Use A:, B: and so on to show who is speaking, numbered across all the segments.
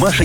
A: Маша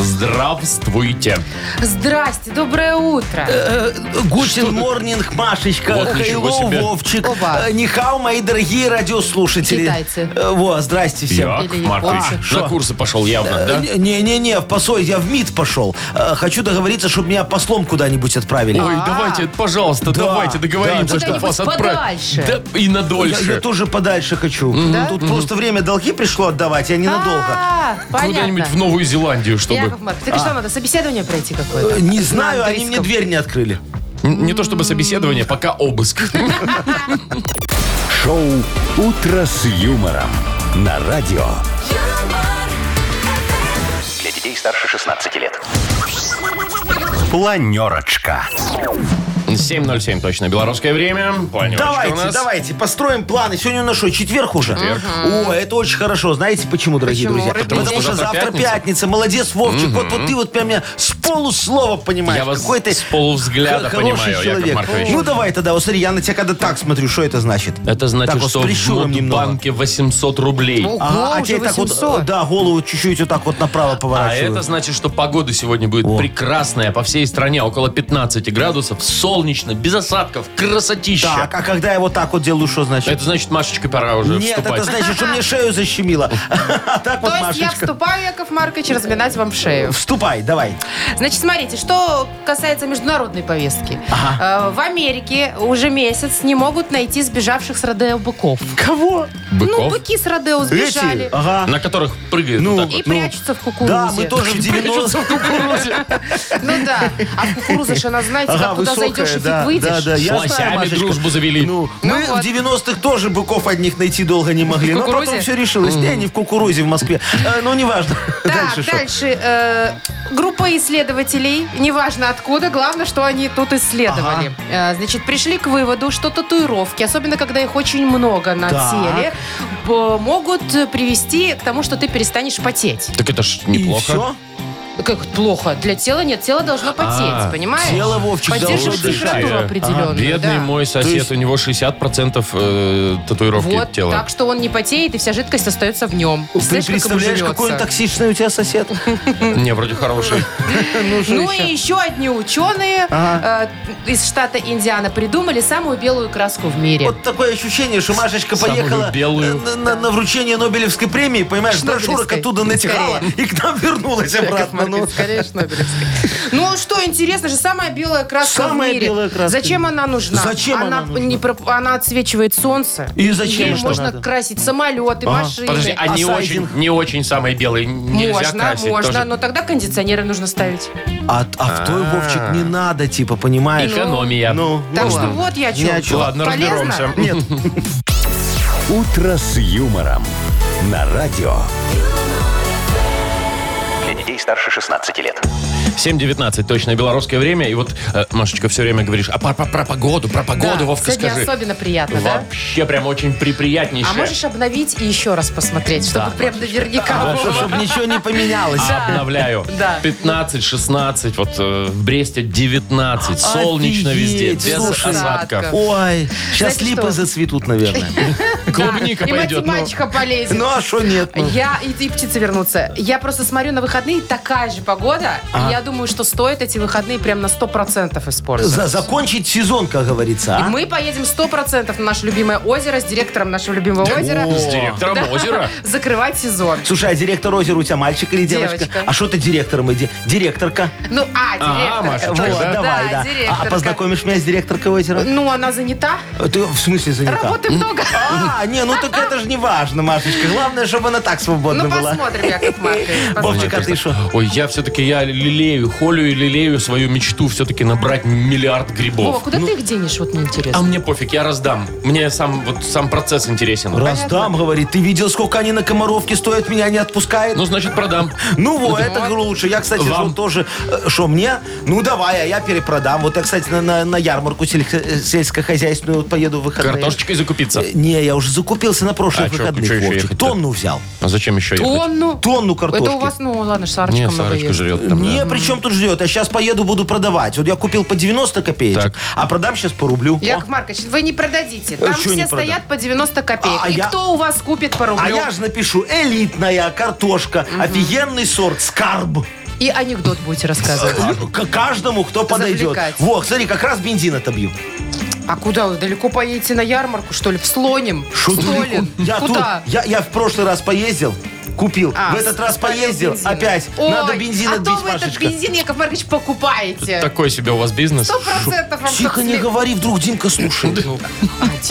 B: Здравствуйте.
C: Здрасте, доброе утро.
D: Э, Гутин Морнинг, Машечка,
B: Вот ничего
D: Хайло,
B: себе.
D: Вовчик.
C: Опа.
D: Э, Нихао, мои дорогие радиослушатели.
C: Китайцы.
D: Э, Во, здрасте всем.
B: Яков
C: Или
D: Яков. А,
B: Маркович,
D: шо?
B: на курсы пошел явно, да?
D: Э, Не-не-не, посол, я в МИД пошел. Э, Хочу договориться, чтобы меня послом куда-нибудь отправили.
B: Ой, давайте, пожалуйста, давайте договоримся,
D: А. да,
B: чтобы
C: да.
B: вас
C: Куда-нибудь
B: отправить.
C: подальше.
B: Да, и
D: Я, я
B: надольше.
D: тоже подальше хочу. Тут просто время долги пришло отдавать, я ненадолго.
C: А,
B: Куда-нибудь в
C: понятно.
B: Новую Зеландию, чтобы...
C: Яков Маркович, так и что, надо собеседование пройти
D: Э,
C: какое-то?
D: Не
C: А, На
D: знаю, они мне
C: английском.
D: дверь не открыли.
B: Н- Не то чтобы собеседование, пока обыск.
A: Шоу «Утро с юмором» на радио. Для детей старше 16 лет. Планерочка.
B: 7.07 точно, белорусское время. Планерочка у
D: Давайте,
B: нас.
D: давайте, построим планы. Сегодня у нас что, четверг уже? О, это очень хорошо. Знаете почему, дорогие
C: Почему?
D: друзья?
C: Потому
B: что
D: что
B: завтра
D: завтра
B: пятница.
D: пятница. Молодец, Вовчик. Вот, вот ты вот прям меня с полуслова понимаешь.
B: Я вас
D: Какой ты
B: с полувзгляда
D: х- хороший
B: понимаю, Яков
D: человек.
B: Маркович.
D: Ну давай тогда, вот смотри, я на тебя когда так смотрю, что это значит?
B: Это значит,
D: так, вот с
B: что
D: прищуром
B: в
D: немного.
B: банке 800 рублей.
C: Ого,
D: Ага, а
C: уже
D: тебе так вот,
C: 800.
D: э, да, голову чуть-чуть вот так вот направо
B: А
D: поворачиваю.
B: это значит, что погода сегодня будет прекрасная по всей стране. Около 15 градусов, солнечно, без осадков, красотища.
D: Так, а когда я вот так вот делаю, что значит?
B: Это значит, Машечка, пора уже
D: Нет,
B: вступать.
D: это значит, что мне шею защемило. А так
C: То
D: вот,
C: есть я
D: Машечка.
C: вступаю, Яков Маркович, разминать вам шею.
D: Вступай, давай.
C: Значит, смотрите, что касается международной повестки. Э, В Америке уже месяц не могут найти сбежавших с Родео быков.
D: Кого?
C: Ну,
B: Быков,
C: быки с Родео сбежали.
D: Эти? Ага.
B: на которых прыгают.
D: Ну,
B: вот так
C: И
B: вот.
C: прячутся в кукурузе.
D: Да, мы тоже в 90
C: Ну да. А кукуруза же, она, знаете, как куда зайдешь и фиг
D: да, да,
C: выйдешь.
D: да, я
B: С лосями
D: знаю, Машечка.
B: дружбу завели.
D: Ну,
C: Ну
D: мы
C: вот.
D: в 90-х тоже быков одних найти долго не могли.
C: В
D: Но потом
C: кукурузе?
D: все решилось. Э, Не, не в кукурузе в Москве. Э, Ну, неважно.
C: Так,
D: Дальше
C: дальше,
D: что?
C: э, группа исследователей, неважно откуда, главное, что они тут исследовали. Э, значит, пришли к выводу, что татуировки, особенно когда их очень много на
D: Так.
C: теле, б- могут привести к тому, что ты перестанешь потеть.
B: Так это ж
D: И
B: неплохо.
D: все?
C: Как плохо? Для тела нет, тело должно потеть,
B: А,
C: понимаешь?
D: тело, Вовчик,
C: Поддерживать
D: должно дышать.
C: температуру
B: Ага.
C: определенную.
B: Бедный
C: да.
B: мой сосед,
D: То есть-
B: у него 60% э, татуировки
C: Вот,
B: тела.
C: так что он не потеет, и вся жидкость остается в нем.
D: Ты
C: Представляешь, как ему
D: представляешь,
C: живется?
D: какой он токсичный у тебя сосед?
B: Не, вроде хороший.
C: Ну и еще одни ученые э, из штата Индиана придумали самую белую краску в мире.
D: Вот такое ощущение, что Машечка
B: Самую
D: поехала
B: белую.
D: э, на, на- на вручение Нобелевской премии, понимаешь,
C: Шнобелевской.
D: брошюрок оттуда натекала и к нам вернулась
C: Яков
D: обратно. Ну,
C: Маркович, скорее Шнобелевская. Ну что, интересно же, самая белая краска
D: Самая
C: в мире.
D: белая краска.
C: Зачем она нужна?
D: Зачем она нужна?
C: не проп- она отсвечивает солнце.
D: И зачем
C: Ей
D: что
C: можно
D: надо?
C: красить самолеты, машины.
B: Подожди, а не очень,
D: сайдинг?
B: не очень самый белый нельзя
C: можно,
B: красить
C: можно, ну,
B: тоже.
C: но тогда кондиционеры нужно ставить.
D: А, а в той, Вовчик, не надо, типа, понимаешь?
B: Экономия.
D: Ну,
C: так
D: ну
C: что
D: ладно.
C: вот я
D: Ни о
C: чё.
D: чём.
B: Ладно,
C: Полезно?
B: разберемся.
D: Нет,
A: «Утро с юмором» на радио. Для детей старше 16 лет.
B: 7.19 точно белорусское время. И вот, э, Машечка, все время говоришь, а про, про- про погоду, про погоду,
C: Да,
B: Вовка,
C: сегодня
B: скажи.
C: особенно приятно, да?
B: Вообще прям очень приприятнейшее.
C: А можешь обновить и еще раз посмотреть, чтобы прям наверняка
D: хорошо,
C: было.
D: чтобы ничего не поменялось.
B: Обновляю.
C: Да.
B: 15, 16, вот э, в Бресте 19. Солнечно везде,
D: Офигеть,
B: без
D: слушай.
B: осадков.
D: Ой, сейчас
C: Знаете
D: липы
C: что?
D: зацветут, наверное.
B: Клубника
C: И
B: пойдет. ну.
C: математика полезет.
D: Ну, а что нет? ну?
C: Я и, и птицы вернутся. Я просто смотрю на выходные, такая же погода. И я думаю, что стоит эти выходные прям на 100% использовать.
D: За- Закончить сезон, как говорится,
C: И
D: а?
C: мы поедем 100% на наше любимое озеро с директором нашего любимого озера.
B: С директором
C: Да.
B: озера.
C: Закрывать сезон.
D: Слушай, а директор озера у тебя мальчик или девочка?
C: Девочка.
D: А что ты директором иди? Директорка.
C: Ну, а, директорка.
B: Машечка,
D: Вот,
B: да?
D: давай, да. А- А
C: директорка.
D: познакомишь меня с директоркой озера?
C: Ну, она занята.
D: Э, Ты в смысле занята?
C: Работы много.
D: А, не, ну так это же не важно, Машечка. Главное, чтобы она так свободна
C: Ну,
D: была.
C: посмотрим, Яков Маркович. посмотрим.
D: Вовчик, а ты что?
B: Ой, я все-таки, я лелею, холю и лелею свою мечту все-таки набрать миллиард
C: Вова,
B: грибов.
D: Ну.
C: куда ты их денешь, вот мне
B: А
C: интересно.
B: мне пофиг, я раздам. Мне сам, вот, сам процесс интересен.
D: Раздам, говорит, ты видел, сколько они на комаровке стоят, меня не отпускает?
B: Ну, значит, продам.
D: Ну вот, это лучше. Я, кстати,
B: Вам.
D: жил тоже, э, что мне? Ну давай, а я перепродам. Вот я, кстати, на, на- на ярмарку сельско- э, сельскохозяйственную поеду в выходные.
B: Картошечкой закупиться.
D: Э, Не, я уже же закупился на прошлых
B: А чё,
D: выходных,
B: чё ещё
D: Вовчик.
B: ехать-то?
D: Тонну взял.
B: А зачем еще ехать?
C: Тонну.
D: Тонну
C: Это у
D: картошки.
C: вас, ну ладно, Сарочка
B: Не,
C: много
B: Сарочка
C: ест.
B: жрет там, да.
D: Не, при чем тут ждет? Я сейчас поеду, буду продавать. Вот я купил по 90 копеечек,
B: Так.
D: а продам сейчас по рублю. О. Э,
C: Яков Маркович, вы не продадите. Там
D: чё
C: все
D: не продам?
C: стоят по 90 копеек.
D: А
C: И
D: я-
C: кто у вас купит по рублю?
D: А я же напишу элитная картошка, офигенный сорт, скарб.
C: И анекдот будете рассказывать.
D: К каждому, кто подойдет.
C: Завлекать.
D: Во, смотри, как раз бензин отобью.
C: А куда вы? Далеко поедете на ярмарку, что ли? В Слоним?
D: Шо
C: В
D: ты
C: Столин?
D: далеко? Я, тут,
C: Куда?
D: я, я в прошлый раз поездил, купил.
C: А,
D: в этот раз
C: спалил
D: поездил,
C: бензина.
D: опять.
C: Ой,
D: Надо бензин
C: а то
D: отбить,
C: вы этот
D: Машечка.
C: бензин, Яков Маркович, покупаете.
B: Такой себе у вас бизнес,
C: Сто процентов вам
D: Тихо
C: тут
D: не
C: след-
D: говори, вдруг Димка слушает.
B: у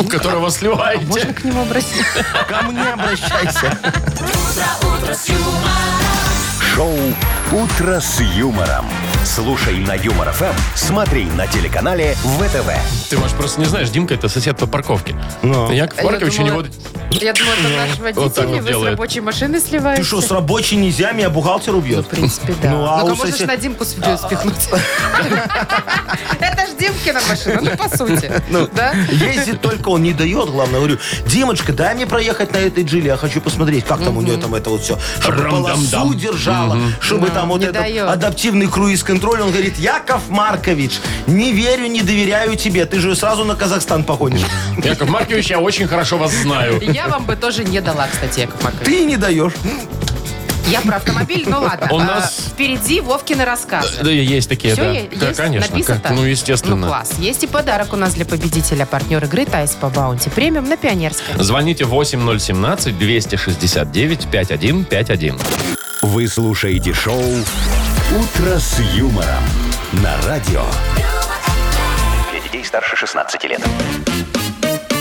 C: А
B: которого сливаете.
C: Можно к нему обратиться?
D: Ко мне обращайся.
A: Шоу «Утро с юмором». Слушай на Юмор ФМ, смотри на телеканале ВТВ.
B: Ты, Маш, просто не знаешь, Димка это сосед по парковке.
D: Ну.
B: Яков Маркович у него...
C: Я думала, это наш
B: Вот так вот
C: водитель, и вы с
B: делает.
C: рабочей машины сливаете.
D: Ты что, с рабочей нельзя, меня бухгалтер
C: Ну,
D: убьет.
C: в принципе, да.
D: Ну, а
C: Ну-ка,
D: у
C: можно ж
D: сосед-
C: на Димку с- спихнуть. Это ж Димкина машина, ну, по сути. Да?
D: Ездит только он не дает, главное, говорю, Димочка, дай мне проехать на этой джиле, я хочу посмотреть, как там у нее там это вот все. Чтобы
B: Рам-дам-дам.
D: полосу держала, чтобы
C: Да,
D: там вот
C: не
D: этот
C: дает.
D: адаптивный круиз-контроль. Он говорит, Яков Маркович, не верю, не доверяю тебе, ты же сразу на Казахстан погонишь.
B: Яков Маркович, я очень хорошо вас знаю.
C: Я вам бы тоже не дала, кстати, Яков Маркович.
D: Ты не даешь.
C: Я про автомобиль, ну ладно.
B: У
C: А,
B: нас-
C: Впереди Вовкины рассказы.
B: Да, есть такие,
C: Все
B: да. Да,
C: есть?
B: Конечно,
C: Написано?
B: как- ну,
C: Ну,
B: естественно.
C: класс. Есть и подарок у нас для победителя. Партнер игры Тайс по Баунти Премиум на Пионерской.
B: Звоните 8017-269-5151.
A: Вы слушаете шоу «Утро с юмором» на радио. Для детей старше 16 лет.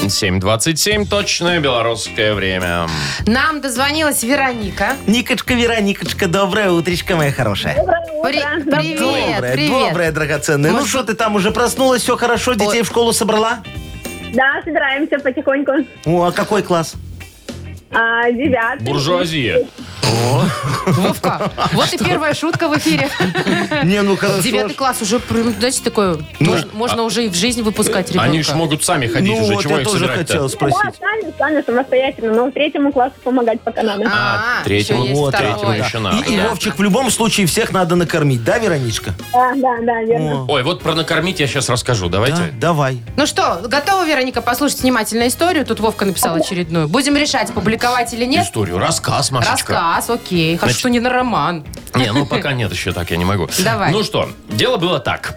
B: 7.27, точное белорусское время.
C: Нам дозвонилась Вероника.
D: Никочка, Вера, Никочка, доброе утречко, моя хорошая.
C: При- Привет,
D: Доброе,
C: привет.
D: доброе, драгоценное. Ну
C: Может,
D: что ты там, уже проснулась, все хорошо, детей в школу собрала?
E: Да, собираемся потихоньку.
D: О, а какой класс?
E: А, девятый.
B: Буржуазия.
C: Вовка, вот и первая шутка в эфире.
D: Не, ну хорошо.
C: Девятый класс уже, прям, знаете, такое, можно, можно уже и в жизнь выпускать ребенка.
B: Они же могут сами ходить
D: Ну
B: уже,
D: вот,
B: чего
D: я
B: их
D: тоже
B: собирать-то?
D: хотел
E: Да,
D: спросить.
E: Ну, а сами, сами, самостоятельно, но третьему классу помогать пока надо.
B: А,
C: А,
B: третьему,
C: еще есть
B: вот,
C: второй.
B: третьему еще надо.
D: И, и,
B: А, да.
D: Вовчик, в любом случае всех надо накормить, да, Вероничка?
E: Да, да, да, верно.
B: Ой, вот про накормить я сейчас расскажу,
D: Да,
B: давайте.
D: давай.
C: Ну что, готова, Вероника, послушать внимательно историю? Тут Вовка написал очередную. Будем решать, публиковать или нет.
B: Историю, рассказ, Машечка.
C: Рассказ, окей. Хорошо,
B: Значит-
C: что не на роман.
B: Не, ну пока нет еще так, я не могу.
C: Давай.
B: Ну что, дело было так.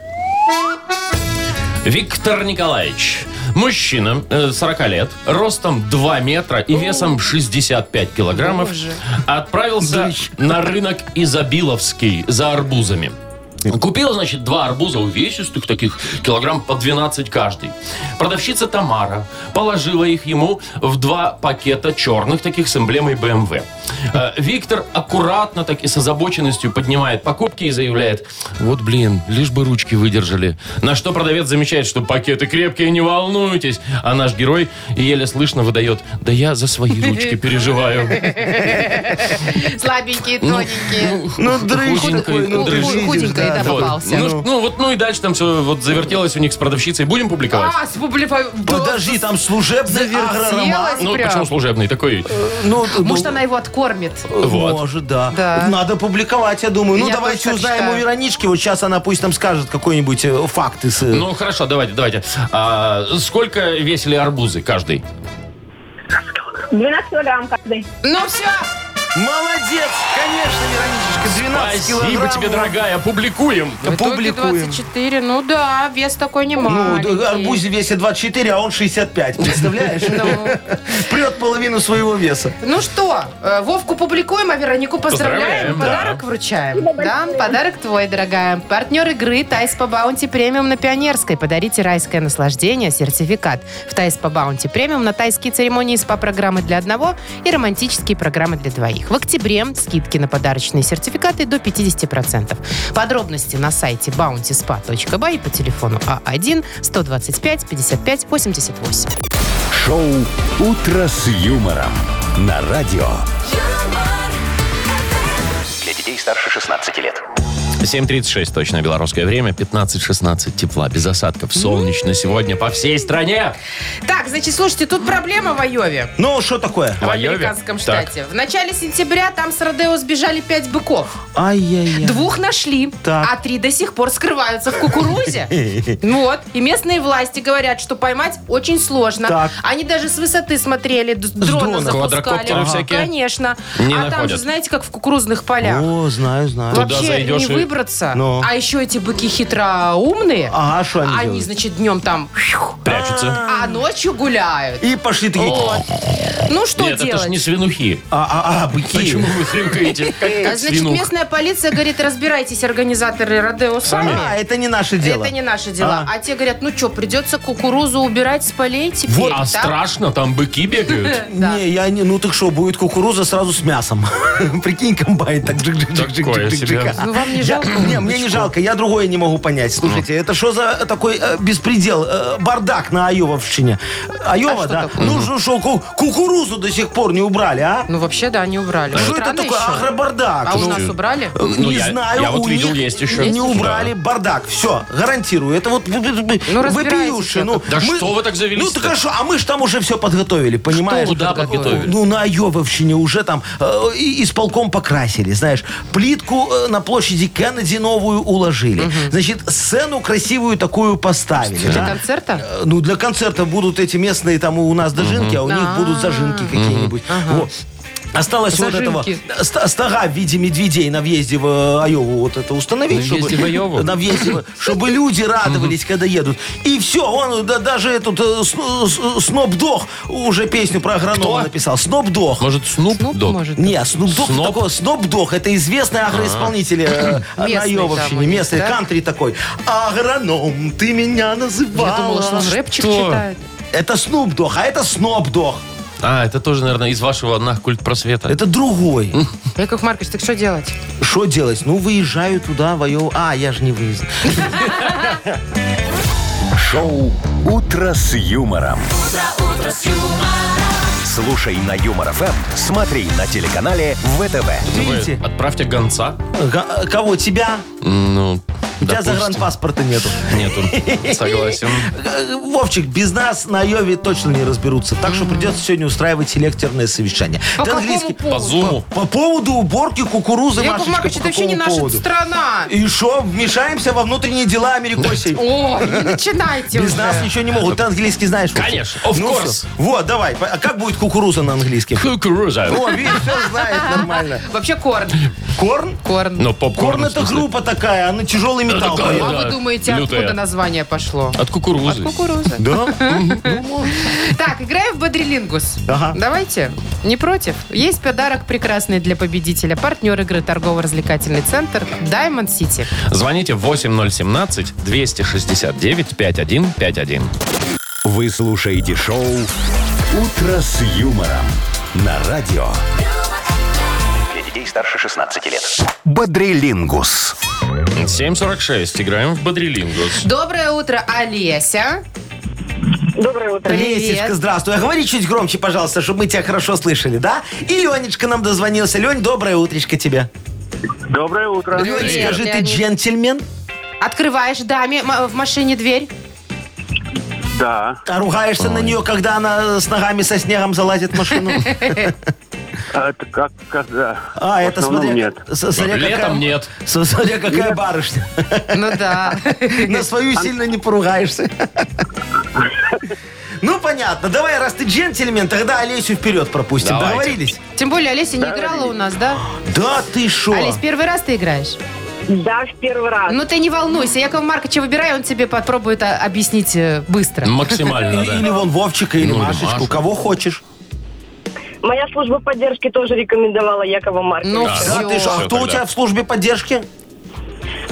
B: Виктор Николаевич. Мужчина, э, 40 лет, ростом 2 метра и весом 65 килограммов,
C: Боже.
B: отправился на рынок Изобиловский за арбузами. Купила, значит, два арбуза увесистых, таких килограмм по 12 каждый. Продавщица Тамара положила их ему в два пакета черных, таких с эмблемой BMW. Э, Виктор аккуратно, так и с озабоченностью поднимает покупки и заявляет, вот, блин, лишь бы ручки выдержали. На что продавец замечает, что пакеты крепкие, не волнуйтесь. А наш герой еле слышно выдает, да я за свои ручки переживаю.
C: Слабенькие, тоненькие.
D: Ну, дрыщ
B: Худенькой,
D: такой, ну,
B: худой,
D: дрыщ.
C: худенькой,
D: да.
C: да.
B: Вот.
C: Попался.
B: Ну, ж- ну, вот, ну и дальше там все вот завертелось у них с продавщицей. Будем публиковать?
C: А, с А, публика-
D: Подожди, там служебный верхороман.
C: Съелась
B: Ну,
C: прям.
B: почему служебный такой?
C: Э.
D: Ну, ну,
C: Может, она его откормит.
B: Вот.
D: Может, да.
C: Да.
D: Надо публиковать, я думаю. Ну,
C: Я тоже
D: давайте
C: так
D: узнаем
C: считаю.
D: у Веронички. Вот сейчас она пусть там скажет какой-нибудь э, факт из... э,
B: Ну, хорошо, давайте, давайте. А, сколько весили арбузы каждый?
E: 12 килограмм каждый.
C: Ну все,
D: Молодец! Конечно, Вероничечка, 12
B: Спасибо
D: килограмм.
B: тебе, дорогая, публикуем.
C: в итоге
D: Публикуем.
C: 24. Ну да, вес такой не
D: Ну,
C: маленький.
D: да, арбузе весит 24, а он 65, представляешь?
C: Ну.
D: Прет половину своего веса.
C: Ну что, э, Вовку публикуем, а Веронику поздравляем,
B: Поздравляем, да.
C: подарок вручаем. Да, подарок твой, дорогая. Партнер игры Тайс по Баунти Премиум на Пионерской. Подарите райское наслаждение, сертификат в Тайс по Баунти Премиум на тайские церемонии СПА-программы для одного и романтические программы для двоих. В октябре скидки на подарочные сертификаты до 50%. Подробности на сайте bountyspa.by и по телефону А А1-125-55-88.
A: Шоу «Утро с юмором» на радио.
F: юмор,
G: Для детей старше 16 лет.
B: 7.36 точно белорусское время. 15-16 тепла, без осадков, солнечно сегодня по всей стране.
C: Так, значит, слушайте, тут проблема в Айове.
D: Ну, что такое?
C: В
B: В Айове?
C: американском
B: Так.
C: штате. В начале сентября там с Родео сбежали пять быков.
D: Ай-яй-яй.
C: Двух нашли,
D: Так.
C: а три до сих пор скрываются в кукурузе. Вот. И местные власти говорят, что поймать очень сложно.
D: Так.
C: Они даже с высоты смотрели, д- с
D: дрона.
C: дрона запускали.
B: Квадрокоптеры всякие?
C: Конечно.
B: Не
C: А там же,
B: находят.
C: знаете, как в кукурузных полях.
D: О, знаю, знаю.
B: Туда
C: Вообще
B: зайдешь
C: не
B: и-
C: выбраться.
D: Ну.
C: А еще эти быки хитро умные.
D: Ага, А, что они делают?
C: значит, днем там,
B: Прячутся.
C: а ночью гуляют.
D: И пошли такие...
C: Вот. Ну что
B: Нет, это
C: делать?
B: ж не свинухи.
D: А, а, а, быки.
B: Почему вы хрюкаете? Как,
C: А,
B: как
C: Значит,
B: свинух.
C: местная полиция говорит, разбирайтесь, организаторы Родео сами.
D: А, это не наше дело.
C: Это не наши дела. А, те говорят, ну что, придется кукурузу убирать с полей теперь.
B: Вот, а
C: да?
B: страшно, там быки бегают.
C: Да.
D: Не, я не... Ну так что, будет кукуруза сразу с мясом. Прикинь, комбайн. Так джик джик джик
B: Такое
D: джик джик
B: себе.
D: джик
C: Ну, вам не жалко?
D: Не, мне не жалко, я другое не могу понять. Слушайте,
B: Ну.
D: это что за такой э, беспредел, э, бардак на Айововщине?
C: А
D: Айова,
C: что
D: да?
C: такое?
D: Ну что, кукурузу до сих пор не убрали, а?
C: Ну, вообще, да, не убрали.
D: Что это
C: Странно
D: такое?
C: еще.
D: Агробардак.
C: А у
D: Ну,
C: нас убрали?
D: э,
B: Ну,
D: не
B: я-
D: знаю,
B: я вот
D: у
B: видел,
D: них
B: есть еще.
D: не
B: Да.
D: убрали бардак. Все, гарантирую. Это вот б- б- б-
C: Ну, разбирайтесь,
D: вопиюши. Ну,
B: Да что вы так завелись-то?
D: Ну, так а что? А мы же там уже все подготовили, понимаешь?
B: Куда подготовили?
D: Ну, на Айововщине уже там э, и исполком покрасили, знаешь. Плитку э, на площади Кеннеди новую уложили. Значит, сцену красивую такую поставили.
C: Для
D: да.
C: концерта?
D: Э, Ну, для концерта будут эти местные, там у нас дожинки, а у них
C: Да.
D: будут зажинки какие-нибудь. Вот. Осталось вот
C: Зажимки.
D: этого ст- стога в виде медведей на въезде в э, Айову вот это
B: На
D: установить,
B: въезде в Айову?
D: на въезде, в- чтобы люди радовались, когда едут. И все, он да- даже этот э, Сно- С- Снопдог уже песню про агронома
B: Кто?
D: написал. Снопдог.
B: Может, Снуп
C: Ну,
B: Дог?
C: может.
D: Не, Снупдог
B: Сноп? А.
D: такого, Снопдог, это известный агроисполнитель э, на
C: Местный там у
D: Айововщине,
C: них,
D: местный,
C: да?
D: кантри такой. Агроном, ты меня называла.
C: Я думала, что он рэпчик
B: Что?
C: читает.
D: Это Снупдог, а это Снопдог.
B: А, это тоже, наверное, из вашего нахкульт просвета.
D: Это другой.
C: Яков Маркович, так что делать?
D: Что делать? Ну, выезжаю туда, в Айову. А, я же не выезд.
A: Шоу «Утро с юмором». Слушай на Юмор ФМ, смотри на телеканале ВТВ.
B: Вы
D: Видите?
B: отправьте гонца.
D: Га- Кого? Тебя?
B: Ну,
D: У тебя
B: допустим.
D: загранпаспорта нету.
B: Нету. Согласен.
D: Э, Вовчик, без нас на Айове точно не разберутся. Так что придется сегодня устраивать селекторное совещание.
C: А По
D: Ты английский-
C: какому
B: По
C: поводу?
B: зуму.
D: По поводу уборки кукурузы,
C: Яков
D: Машечка,
C: Маркович,
D: по
C: это вообще не
D: какому
C: наша
D: поводу?
C: страна.
D: И что, вмешаемся во внутренние дела Америкоси?
C: О, не начинайте
D: Без
C: уже.
D: нас ничего не могут. Ты английский знаешь? Вовчик?
B: Конечно, of
D: Ну,
B: course.
D: всё. Вот, давай. А как будет кукуруза на английском?
B: Кукуруза.
D: О, видишь, все знает нормально.
C: Вообще корн.
D: Ну, Корн?
C: Корн.
B: Ну,
D: Корн
B: попкорн. в
D: это
B: смысле.
D: группа такая, она тяжелый металл.
B: такая,
D: поет.
C: А
B: да,
C: вы думаете,
B: лютая.
C: откуда название пошло?
B: От кукурузы.
C: Кукуруза.
D: Да?
C: Так, играем в Бодрилингус.
D: Ага.
C: Давайте. Не против? Есть подарок прекрасный для победителя. Партнер игры торгово-развлекательный центр Diamond City.
B: Звоните 8017-269-5151.
A: Вы слушаете шоу «Утро с юмором» на радио.
F: Для детей старше 16 лет.
A: Бодрилингус.
B: 7.46. Играем в Бодрилингус.
C: Доброе утро, Олеся.
E: Доброе утро.
C: Привет.
D: Лесечка, здравствуй. А говори чуть громче, пожалуйста, чтобы мы тебя хорошо слышали, да? И Ленечка нам дозвонился. Лень, доброе утречко тебе.
G: Доброе утро.
D: Лень, скажи, ты
C: Леонид.
D: джентльмен?
C: Открываешь даме м- в машине дверь.
G: Да.
D: А ругаешься на нее, когда она с ногами со снегом залазит в машину?
G: А Это как когда?
D: А,
G: В
D: это
G: основном
D: смотри.
G: Нет.
D: с- смотря какая-
B: Летом нет.
D: с- Смотря какая барышня.
C: Ну да.
D: На свою сильно не поругаешься. Ну, понятно. Давай, раз ты джентльмен, тогда Олесю вперед пропустим.
B: Давайте.
D: Договорились?
C: Тем более, Олеся не играла у нас, да?
D: Да ты шо?
C: Олесь, первый раз ты играешь?
E: Да, в первый
D: А.
E: раз.
C: Ну ты не волнуйся, Якова Марковича выбирай, он тебе попробует а, объяснить э, быстро.
B: Максимально,
D: Или, или
B: да.
D: вон Вовчика, или
B: Ну, или
D: Машечку,
B: Машу.
D: кого хочешь.
E: Моя служба поддержки тоже рекомендовала Якова Марковича.
C: Ну
B: Да,
D: Да,
C: все.
D: ты ж- а
B: Всё
D: кто у
B: тогда.
D: тебя в службе поддержки?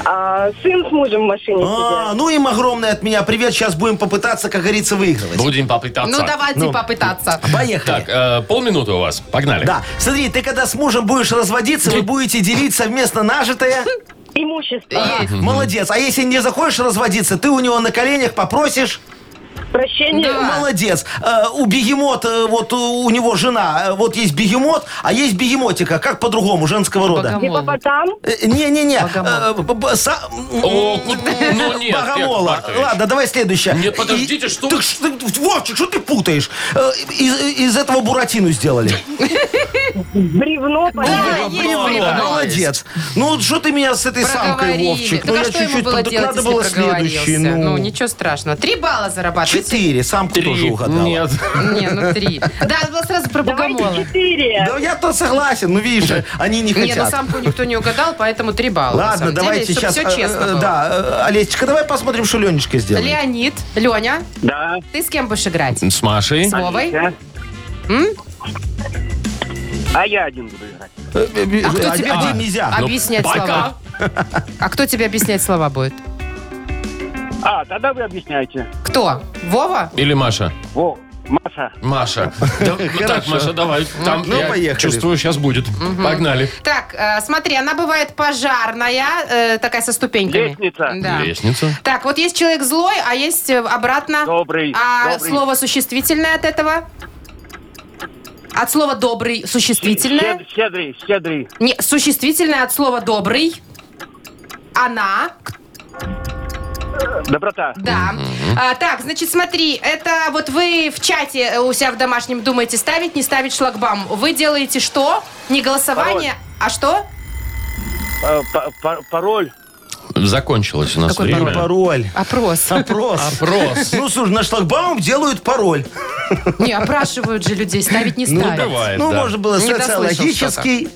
E: А, сын с мужем в машине
D: Ну. А,
E: сидят.
D: ну им огромное от меня привет. Сейчас будем попытаться, как говорится, выигрывать.
B: Будем попытаться.
C: Ну давайте
D: Ну.
C: попытаться.
D: Поехали.
B: Так, э, полминуты у вас. Погнали.
D: Да, смотри, ты когда с мужем будешь разводиться, вы будете делить совместно нажитое.
E: Имущество.
D: Э, Молодец. А если не захочешь разводиться, ты у него на коленях попросишь.
E: Прощение.
C: Да.
D: Молодец. Э, У бегемота, вот у у него жена, э, вот есть бегемот, а есть бегемотика. Как по-другому, женского рода?
C: Богомол.
E: Гипопотам.
D: Э, Не-не-не. э,
C: Богомол.
D: б- б- са- м,
B: О, ну, ну нет, Яков
D: Богомола.
B: Маркович.
D: Ладно, давай следующее.
B: Не, подождите,
D: И-
B: что
D: Так
B: вы-
D: что ты, Вовчик, что ты путаешь? Э, Из из этого буратину сделали.
E: Бревно.
C: Да,
E: Понятно.
C: есть бревно.
D: ну, Молодец. Ну, вот что ты меня с этой самкой,
C: Проговорили.
D: Вовчик?
C: Так
D: ну,
C: а
D: я
C: что ему
D: чуть-чуть...
C: было
D: так
C: делать,
D: надо
C: если
D: было
C: проговорился?
D: следующий.
C: Ну,
D: Ну,
C: ничего страшного. Три балла зарабатывать.
D: четыре. Самку тоже
B: Три.
D: угадала.
B: Нет.
C: Не, ну три. Да, было сразу про
E: Давайте
C: богомола.
E: четыре.
D: Да я-то согласен. Ну, видишь, они не
C: Не, ну
D: хотят.
C: самку никто не угадал, поэтому три балла. на
D: Ладно,
C: самом деле,
D: давайте
C: чтоб
D: сейчас...
C: Все честно было.
D: Да, э, Олесечка, давай посмотрим, что Ленечка сделает.
C: Леонид, Леня,
G: Да.
C: ты с кем будешь играть?
B: С Машей.
C: С Вовой?
G: Да.
C: М?
G: А я один буду играть.
D: Э, э, э,
C: А кто тебе
D: один
C: будет
D: нельзя.
B: Ну,
C: объяснять слова?
B: пока.
C: А кто тебе объяснять слова будет?
G: А, тогда вы объясняете.
C: Кто? Вова?
B: Или Маша?
G: Во, Маша.
B: Маша. Да, Так, Маша, давай. Там
D: Ну,
B: я
D: поехали.
B: Чувствую, сейчас будет. Погнали.
C: Так, э, смотри, она бывает пожарная, э, такая со ступеньками.
G: Лестница.
C: Да.
B: Лестница.
C: Так, вот есть человек злой, а есть э, обратно.
G: Добрый.
C: А
G: добрый.
C: слово существительное от этого? От слова добрый существительное?
G: Щед- Щедрый, щедрый.
C: Не, существительное от слова добрый. Она.
G: Доброта.
C: Да. А, так, значит, смотри, это вот вы в чате э, у себя в домашнем думаете, ставить, не ставить шлагбаум. Вы делаете что? Не голосование, а что?
G: Э, па- па- Пароль.
B: Закончилось у нас
C: Какой
D: Не
B: время.
D: пароль.
C: Опрос.
D: Опрос.
B: Опрос.
D: Ну, слушай, на шлагбаум делают пароль.
C: Не, опрашивают же людей, ставить не
B: Ну,
C: ставить.
B: бывает,
D: Ну,
B: да.
D: можно было
C: Не дослышал
D: социологический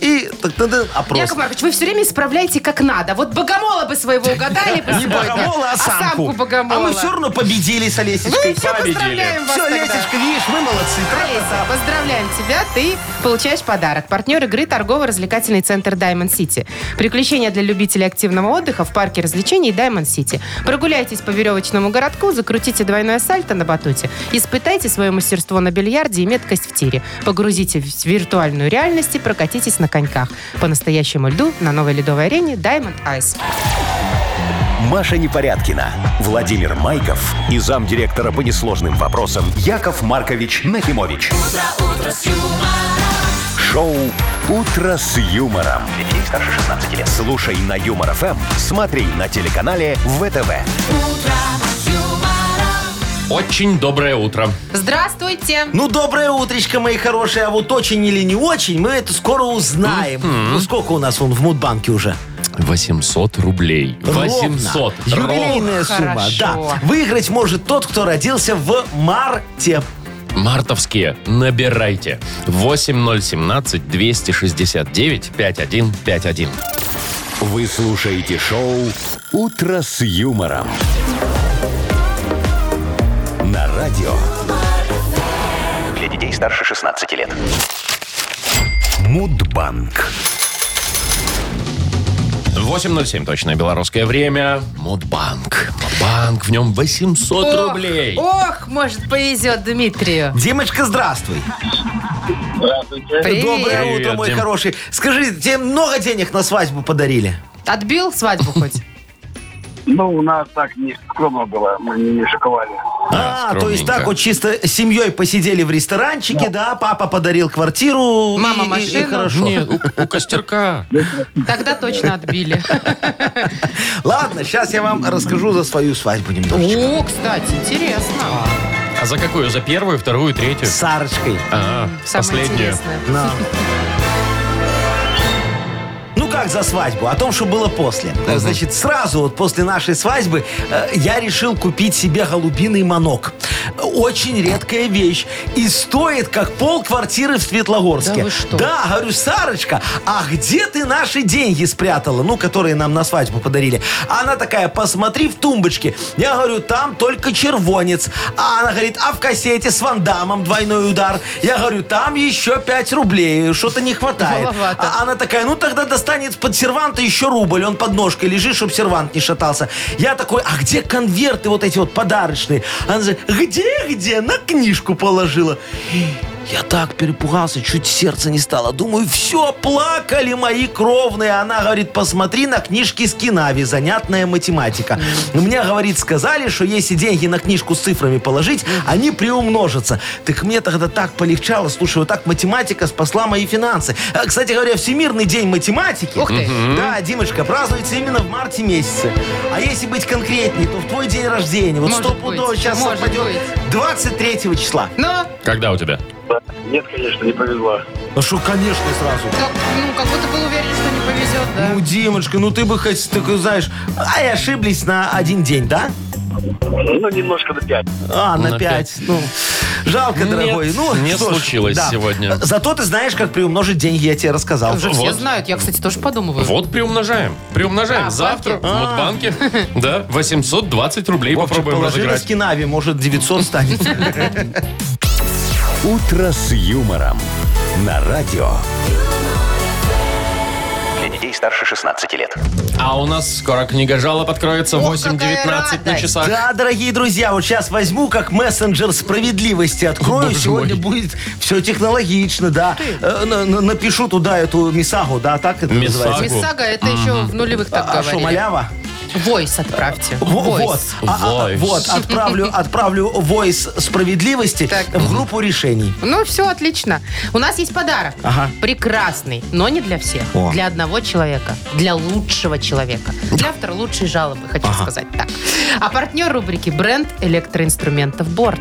D: и так, так, так, опрос.
C: Яков Маркович, вы все время исправляете как надо. Вот богомола бы своего угадали бы
D: Не
C: сегодня,
D: богомола, а самку.
C: богомола.
D: А мы все равно победили с Олесечкой.
C: Ну и все, поздравляем вас
D: Все,
C: тогда.
D: Олесечка, видишь, мы молодцы.
C: Олеся, поздравляем тебя, ты получаешь подарок. Партнер игры торгово-развлекательный центр Diamond City. Приключения для любителей активного отдыха в парке развлечений Diamond City. Прогуляйтесь по веревочному городку, закрутите двойное сальто на батуте, испытайте свое мастерство на бильярде и меткость в тире. Погрузите в виртуальную реальность и прокатитесь на коньках. По настоящему льду на новой ледовой арене Diamond Ice.
A: Маша Непорядкина, Владимир Майков и замдиректора по несложным вопросам Яков Маркович Нахимович. Шоу Утро с юмором. Для детей старше 16 лет. Слушай на юмор ФМ, смотри на телеканале ВТВ.
B: Очень доброе утро.
C: Здравствуйте!
D: Ну, доброе утречко, мои хорошие. А вот очень или не очень, мы это скоро узнаем. Ну, сколько у нас вон в Мудбанке уже?
B: 800 рублей.
D: Ровно.
B: 800. Ровно.
D: Юбилейная сумма.
C: Хорошо.
D: Да. Выиграть может тот, кто родился в марте.
B: Мартовские. Набирайте. 8017-269-5151.
A: Вы слушаете шоу Утро с юмором. На радио
F: Для детей старше 16 лет.
A: Мудбанк.
B: 8.07 точное белорусское время. Мудбанк. Мудбанк. В нем 800 рублей.
C: Ох, может, повезет Дмитрию.
D: Димочка, здравствуй.
C: Привет.
D: Доброе
B: Привет,
D: утро, мой
B: Дим.
D: хороший. Скажи, тебе много денег на свадьбу подарили?
C: Отбил свадьбу хоть?
G: Ну, у нас так не скромно было, мы не, не шиковали.
D: А, то есть
B: скромненько.
D: так вот чисто семьей посидели в ресторанчике, да, папа подарил квартиру.
C: Мама
D: и- и- и
C: машину.
D: хорошо.
B: Не, у, у костерка.
C: Тогда точно отбили.
D: Ладно, сейчас я вам расскажу за свою свадьбу немножечко.
C: О, кстати, интересно.
B: А за какую? За первую, вторую, третью?
D: С Сарочкой.
B: А,
C: Самое
B: последнюю.
C: интересное.
D: На. Ну как за свадьбу? О том, что было после. Э, Значит, сразу вот после нашей свадьбы э, я решил купить себе голубиный манок. Очень редкая вещь. И стоит как пол квартиры в Светлогорске.
C: Да вы что?
D: Да, говорю, Сарочка, а где ты наши деньги спрятала? Ну, которые нам на свадьбу подарили. А Она такая, посмотри в тумбочке. Я говорю, там только червонец. А она говорит, а в кассете с вандамом двойной удар. Я говорю, там еще 5 рублей, что-то не хватает.
C: Маловато.
D: А она такая, ну тогда достанет под серванта еще рубль, он под ножкой лежит, чтобы сервант не шатался. Я такой, а где конверты вот эти вот подарочные? Она говорит, где, где? На книжку положила. Я так перепугался, чуть сердце не стало. Думаю, все, плакали мои кровные. Она говорит, посмотри на книжки с Кинави, занятная математика. Мне, говорит, сказали, что если деньги на книжку с цифрами положить, они приумножатся. Так мне тогда так полегчало. Слушай, вот так математика спасла мои финансы. А, Кстати говоря, Всемирный день математики.
C: Ух ты.
D: Да, Димочка, празднуется именно в марте месяце. А если быть конкретней, то в твой день рождения, вот
C: Может
D: стопудово
C: быть,
D: сейчас
C: может
D: совпадет,
C: быть.
D: 23 числа.
C: Но,
B: Когда у тебя?
G: Нет, конечно, не повезло.
D: Ну что, конечно, сразу.
C: как, ну, как будто был уверен, что не повезет, да?
D: Ну, Димочка, ну ты бы хоть, так, знаешь, а и ошиблись на один день, да?
G: Ну, немножко до пять.
D: А, на,
B: На
D: пять. Ну, жалко,
B: Нет,
D: дорогой. Ну,
B: не
D: что ж,
B: случилось сегодня.
D: Зато ты знаешь, как приумножить деньги, я тебе рассказал.
C: Уже все
B: вот.
C: знают. Я, кстати, тоже подумываю.
B: Вот приумножаем. Приумножаем.
C: А, в
B: Завтра в
C: банке?
B: Модбанке. Да, 820 рублей
D: Вовчик,
B: попробуем
D: положи на
B: разыграть.
D: скинави, может, 900 станет.
A: «Утро с юмором» на радио.
F: Для детей старше 16 лет.
B: А у нас скоро книга жалоб откроется
C: Ох,
B: 8.19
C: какая
B: на
C: радость.
B: часах.
D: Да, дорогие друзья, вот сейчас возьму как мессенджер справедливости, открою.
B: Боже
D: Сегодня
B: мой.
D: будет все технологично, да. Э, на- на- Напишу туда эту мисагу, да, так это
B: Мисагу.
D: называется.
C: Мисс Сага, это еще в нулевых так
D: А что,
C: говорили.
D: малява?
C: Войс отправьте.
D: Во-
C: Войс.
D: Вот, А, а, а,
B: Voice.
D: вот, отправлю, отправлю войс справедливости
C: Так.
D: в группу решений.
C: Ну, все отлично. У нас есть подарок.
D: Ага.
C: Прекрасный, но не для всех.
D: О.
C: Для одного человека. Для лучшего человека. Для автора лучшей жалобы, хочу сказать так. А партнер рубрики бренд электроинструментов Борт.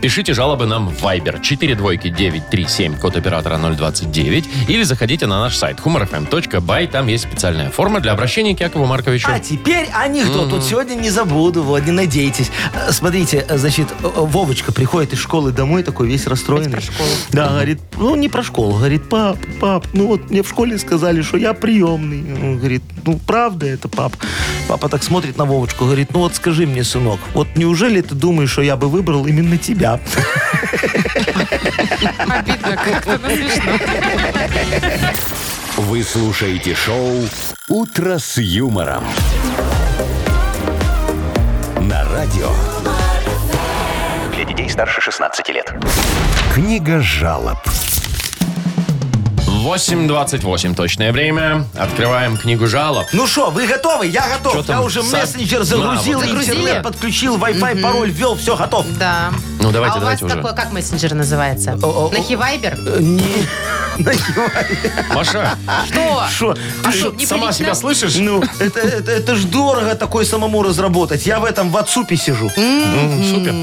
B: Пишите жалобы нам в Viber 42937, код оператора 029, или заходите на наш сайт humorfm.by, там есть специальная форма для обращения к Якову Марковичу.
D: А теперь анекдот. Вот сегодня не забуду, вот, не надейтесь. Э, Смотрите, э, значит, э, Вовочка приходит из школы домой такой весь расстроенный.
C: про школу.
D: Да, говорит, ну не про школу. Говорит, пап, пап, ну вот мне в школе сказали, что я приемный. Он говорит, ну правда это, пап? Папа так смотрит на Вовочку, говорит, ну вот скажи мне, сынок, вот неужели ты думаешь, что я бы выбрал именно тебя?
C: Обидно как-то, но смешно.
A: Вы слушаете шоу «Утро с юмором» на радио.
F: Для детей старше 16 лет.
A: Книга жалоб.
B: 8.28 точное время. Открываем книгу жалоб.
D: Ну что, вы готовы? Я
B: Чё
D: готов. Я
B: там?
D: уже
B: Сам-
D: мессенджер
B: Да,
D: загрузил,
B: вот.
C: Загрузили?
D: интернет подключил, Wi-Fi, пароль ввел, все, готов.
C: Да.
B: Ну, давайте,
C: а у
B: давайте
C: вас
B: уже.
C: такой, как мессенджер называется?
D: О, о, о.
C: Нахивайбер?
D: Э, Не, нахивай.
B: Маша,
C: Что?
D: Что?
C: А
B: ты
C: что,
B: что, сама
C: неприлично?
B: себя слышишь?
D: Ну, это, это, это ж дорого такой самому разработать. Я в этом в отсупе сижу.
B: М, Супер.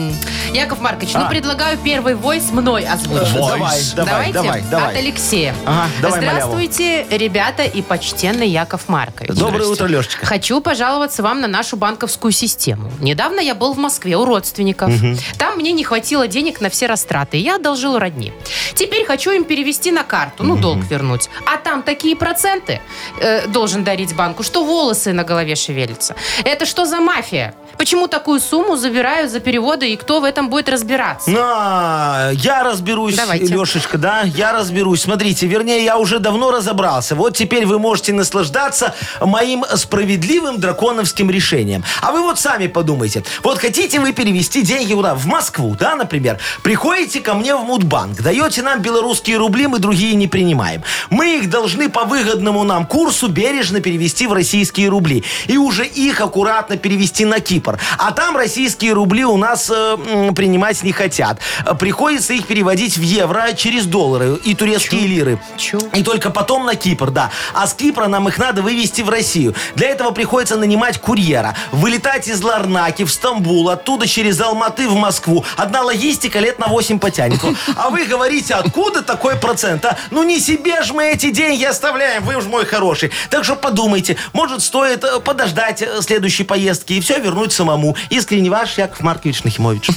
C: Яков Маркович,
D: А.
C: ну предлагаю первый войс мной озвучить.
D: Давай, давай,
C: Давайте
D: давай,
C: от
D: давай.
C: Алексея.
D: Ага, давай,
C: Здравствуйте, ребята и почтенный Яков Маркович.
D: Доброе утро, Лешечка.
C: Хочу пожаловаться вам на нашу банковскую систему. Недавно я был в Москве у родственников. Там мне не хватило денег на все растраты, и я одолжил у родни. Теперь хочу им перевести на карту, ну, долг вернуть. А там такие проценты э, должен дарить банку, что волосы на голове шевелятся. Это что за мафия? Почему такую сумму забирают за переводы, и кто в этом будет разбираться?
D: На, я разберусь,
C: Давайте.
D: Лешечка, да, я разберусь. Смотрите, вернее, я уже давно разобрался. Вот теперь вы можете наслаждаться моим справедливым драконовским решением. А вы вот сами подумайте. Вот хотите вы перевести деньги куда? в Москву, да, например. Приходите ко мне в Мудбанк, даете нам белорусские рубли, мы другие не принимаем. Мы их должны по выгодному нам курсу бережно перевести в российские рубли. И уже их аккуратно перевести на Кипр. А там российские рубли у нас э, м, принимать не хотят. Э, Приходится их переводить в евро через доллары и турецкие лиры.
C: Чё?
D: И только потом на Кипр, да. А с Кипра нам их надо вывести в Россию. Для этого приходится нанимать курьера. Вылетать из Ларнаки в Стамбул, оттуда через Алматы в Москву. Одна логистика лет на 8 потянет. Ну, А вы говорите, откуда такой процент? а? Ну не себе же мы эти деньги оставляем, вы уж мой хороший. Так что подумайте, может стоит э, подождать э, следующей поездки и все вернуть самому. Искренне ваш Яков Маркович Нахимович.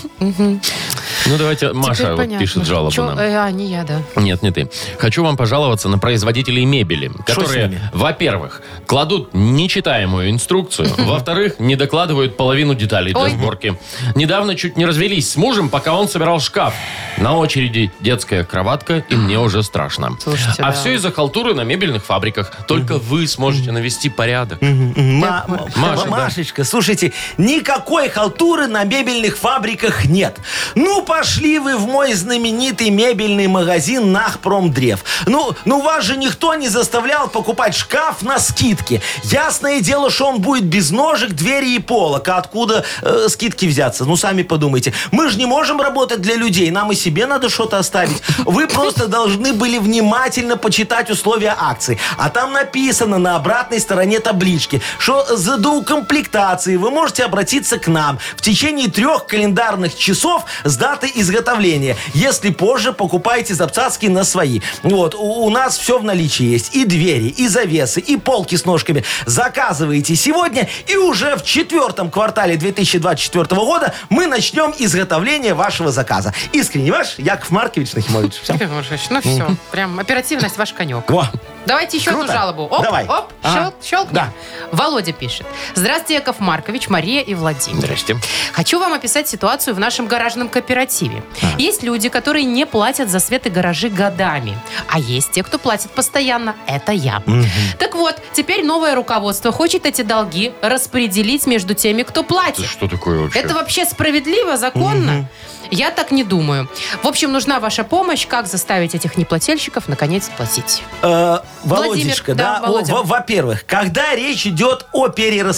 B: Ну, давайте Маша
C: Теперь
B: вот
C: понятно.
B: пишет жалобу
C: Чё?
B: нам.
C: Э, а, не я, да.
B: Нет, не ты. Хочу вам пожаловаться на производителей мебели, которые,
D: ними?
B: во-первых, кладут нечитаемую инструкцию, во-вторых, не докладывают половину деталей для
C: Ой.
B: сборки. Недавно чуть не развелись с мужем, пока он собирал шкаф. На очереди детская кроватка, и мне уже страшно.
C: Слушайте,
B: а
C: да.
B: все из-за халтуры на мебельных фабриках. Только вы сможете навести порядок.
D: Ма- м-
B: Маша,
D: м- Машечка, слушайте, никакой халтуры на мебельных фабриках нет. Ну, пошли вы в мой знаменитый мебельный магазин Нахпромдрев. Ну, ну вас же никто не заставлял покупать шкаф на скидке. Ясное дело, что он будет без ножек, двери и полок. А откуда э, скидки взяться? Ну, сами подумайте. Мы же не можем работать для людей. Нам и себе надо что-то оставить. Вы просто должны были внимательно почитать условия акции. А там написано на обратной стороне таблички, что за доукомплектацией вы можете обратиться к нам в течение трех календарных часов с даты изготовления. Если позже покупаете запцацки на свои. Вот, у, у нас все в наличии есть. И двери, и завесы, и полки с ножками. Заказывайте сегодня, и уже в четвертом квартале 2024 года мы начнем изготовление вашего заказа. Искренне ваш, Яков Маркович Нахимович. Всё.
C: Яков Маркович, ну все, прям оперативность ваш конек.
D: Во.
C: Давайте еще
D: Круто.
C: одну жалобу. Оп,
D: Давай.
C: оп,
D: Ага.
C: щелк, щелк.
D: Да.
C: Володя пишет. Здравствуйте, Яков Маркович, Мария и Владимир.
B: Здрасте.
C: Хочу вам описать ситуацию в нашем гаражном кооперативе.
D: А.
C: Есть люди, которые не платят за свет и гаражи годами. А есть те, кто платит постоянно. Это я. Так вот, теперь новое руководство хочет эти долги распределить между теми, кто платит.
B: Что такое вообще?
C: Это вообще справедливо, законно? Я так не думаю. В общем, нужна ваша помощь, как заставить этих неплательщиков наконец платить.
D: Э,
C: Владимир,
D: Володечка,
C: да,
D: да, во-
C: Володя.
D: во- во-первых, когда речь идет о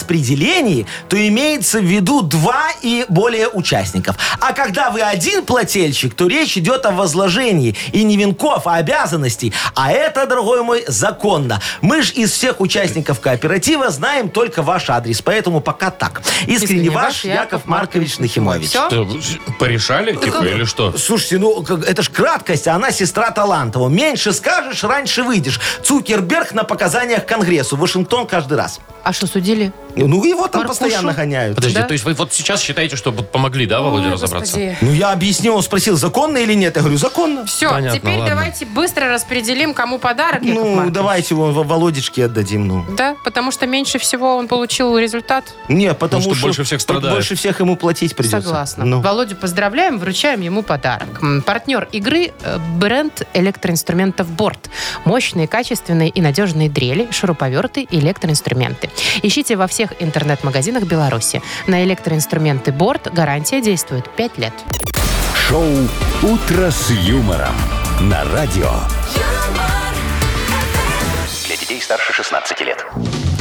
D: перераспределении, то имеется в виду два и более участников. А когда вы один плательщик, то речь идет о возложении и не венков, а обязанностей. А это, дорогой мой, законно. Мы же из всех участников кооператива знаем только ваш адрес, поэтому пока так. Искренне,
C: Искренне
D: ваш Яков Маркович Нахимович.
C: Всё?
B: Что, Э, Порешали, типа, или что?
D: Слушайте, ну как- это ж краткость, а она сестра Талантова. Меньше скажешь, раньше выйдешь. Цукерберг на показаниях Конгрессу. Вашингтон каждый раз.
C: А что, судили?
D: Ну его там
C: Маркушу?
D: постоянно гоняют.
B: Подожди,
C: Да.
B: то есть вы вот сейчас считаете, что вот помогли, да, Володя, разобраться?
D: Ну я объяснил, он спросил, законно или нет. Я говорю, законно.
C: Все,
B: Понятно,
C: теперь
B: ладно.
C: давайте быстро распределим, кому подарок. Яков
D: Ну,
C: Маркович.
D: давайте его Во- Володечке отдадим, ну.
C: Да, потому что меньше всего он получил результат.
D: Не, потому
B: что
D: что...
B: больше всех страдает.
D: Больше всех ему платить придется.
C: Согласна.
D: Ну.
C: Володю поздравляем, вручаем ему подарок. М, Партнер игры э, бренд электроинструментов Борт. Мощные, качественные и надежные дрели, шуруповерты и электроинструменты. Ищите во всех интернет-магазинах Беларуси. На электроинструменты Борт гарантия действует 5 лет.
A: Шоу «Утро с юмором» на радио.
F: Для детей старше 16 лет.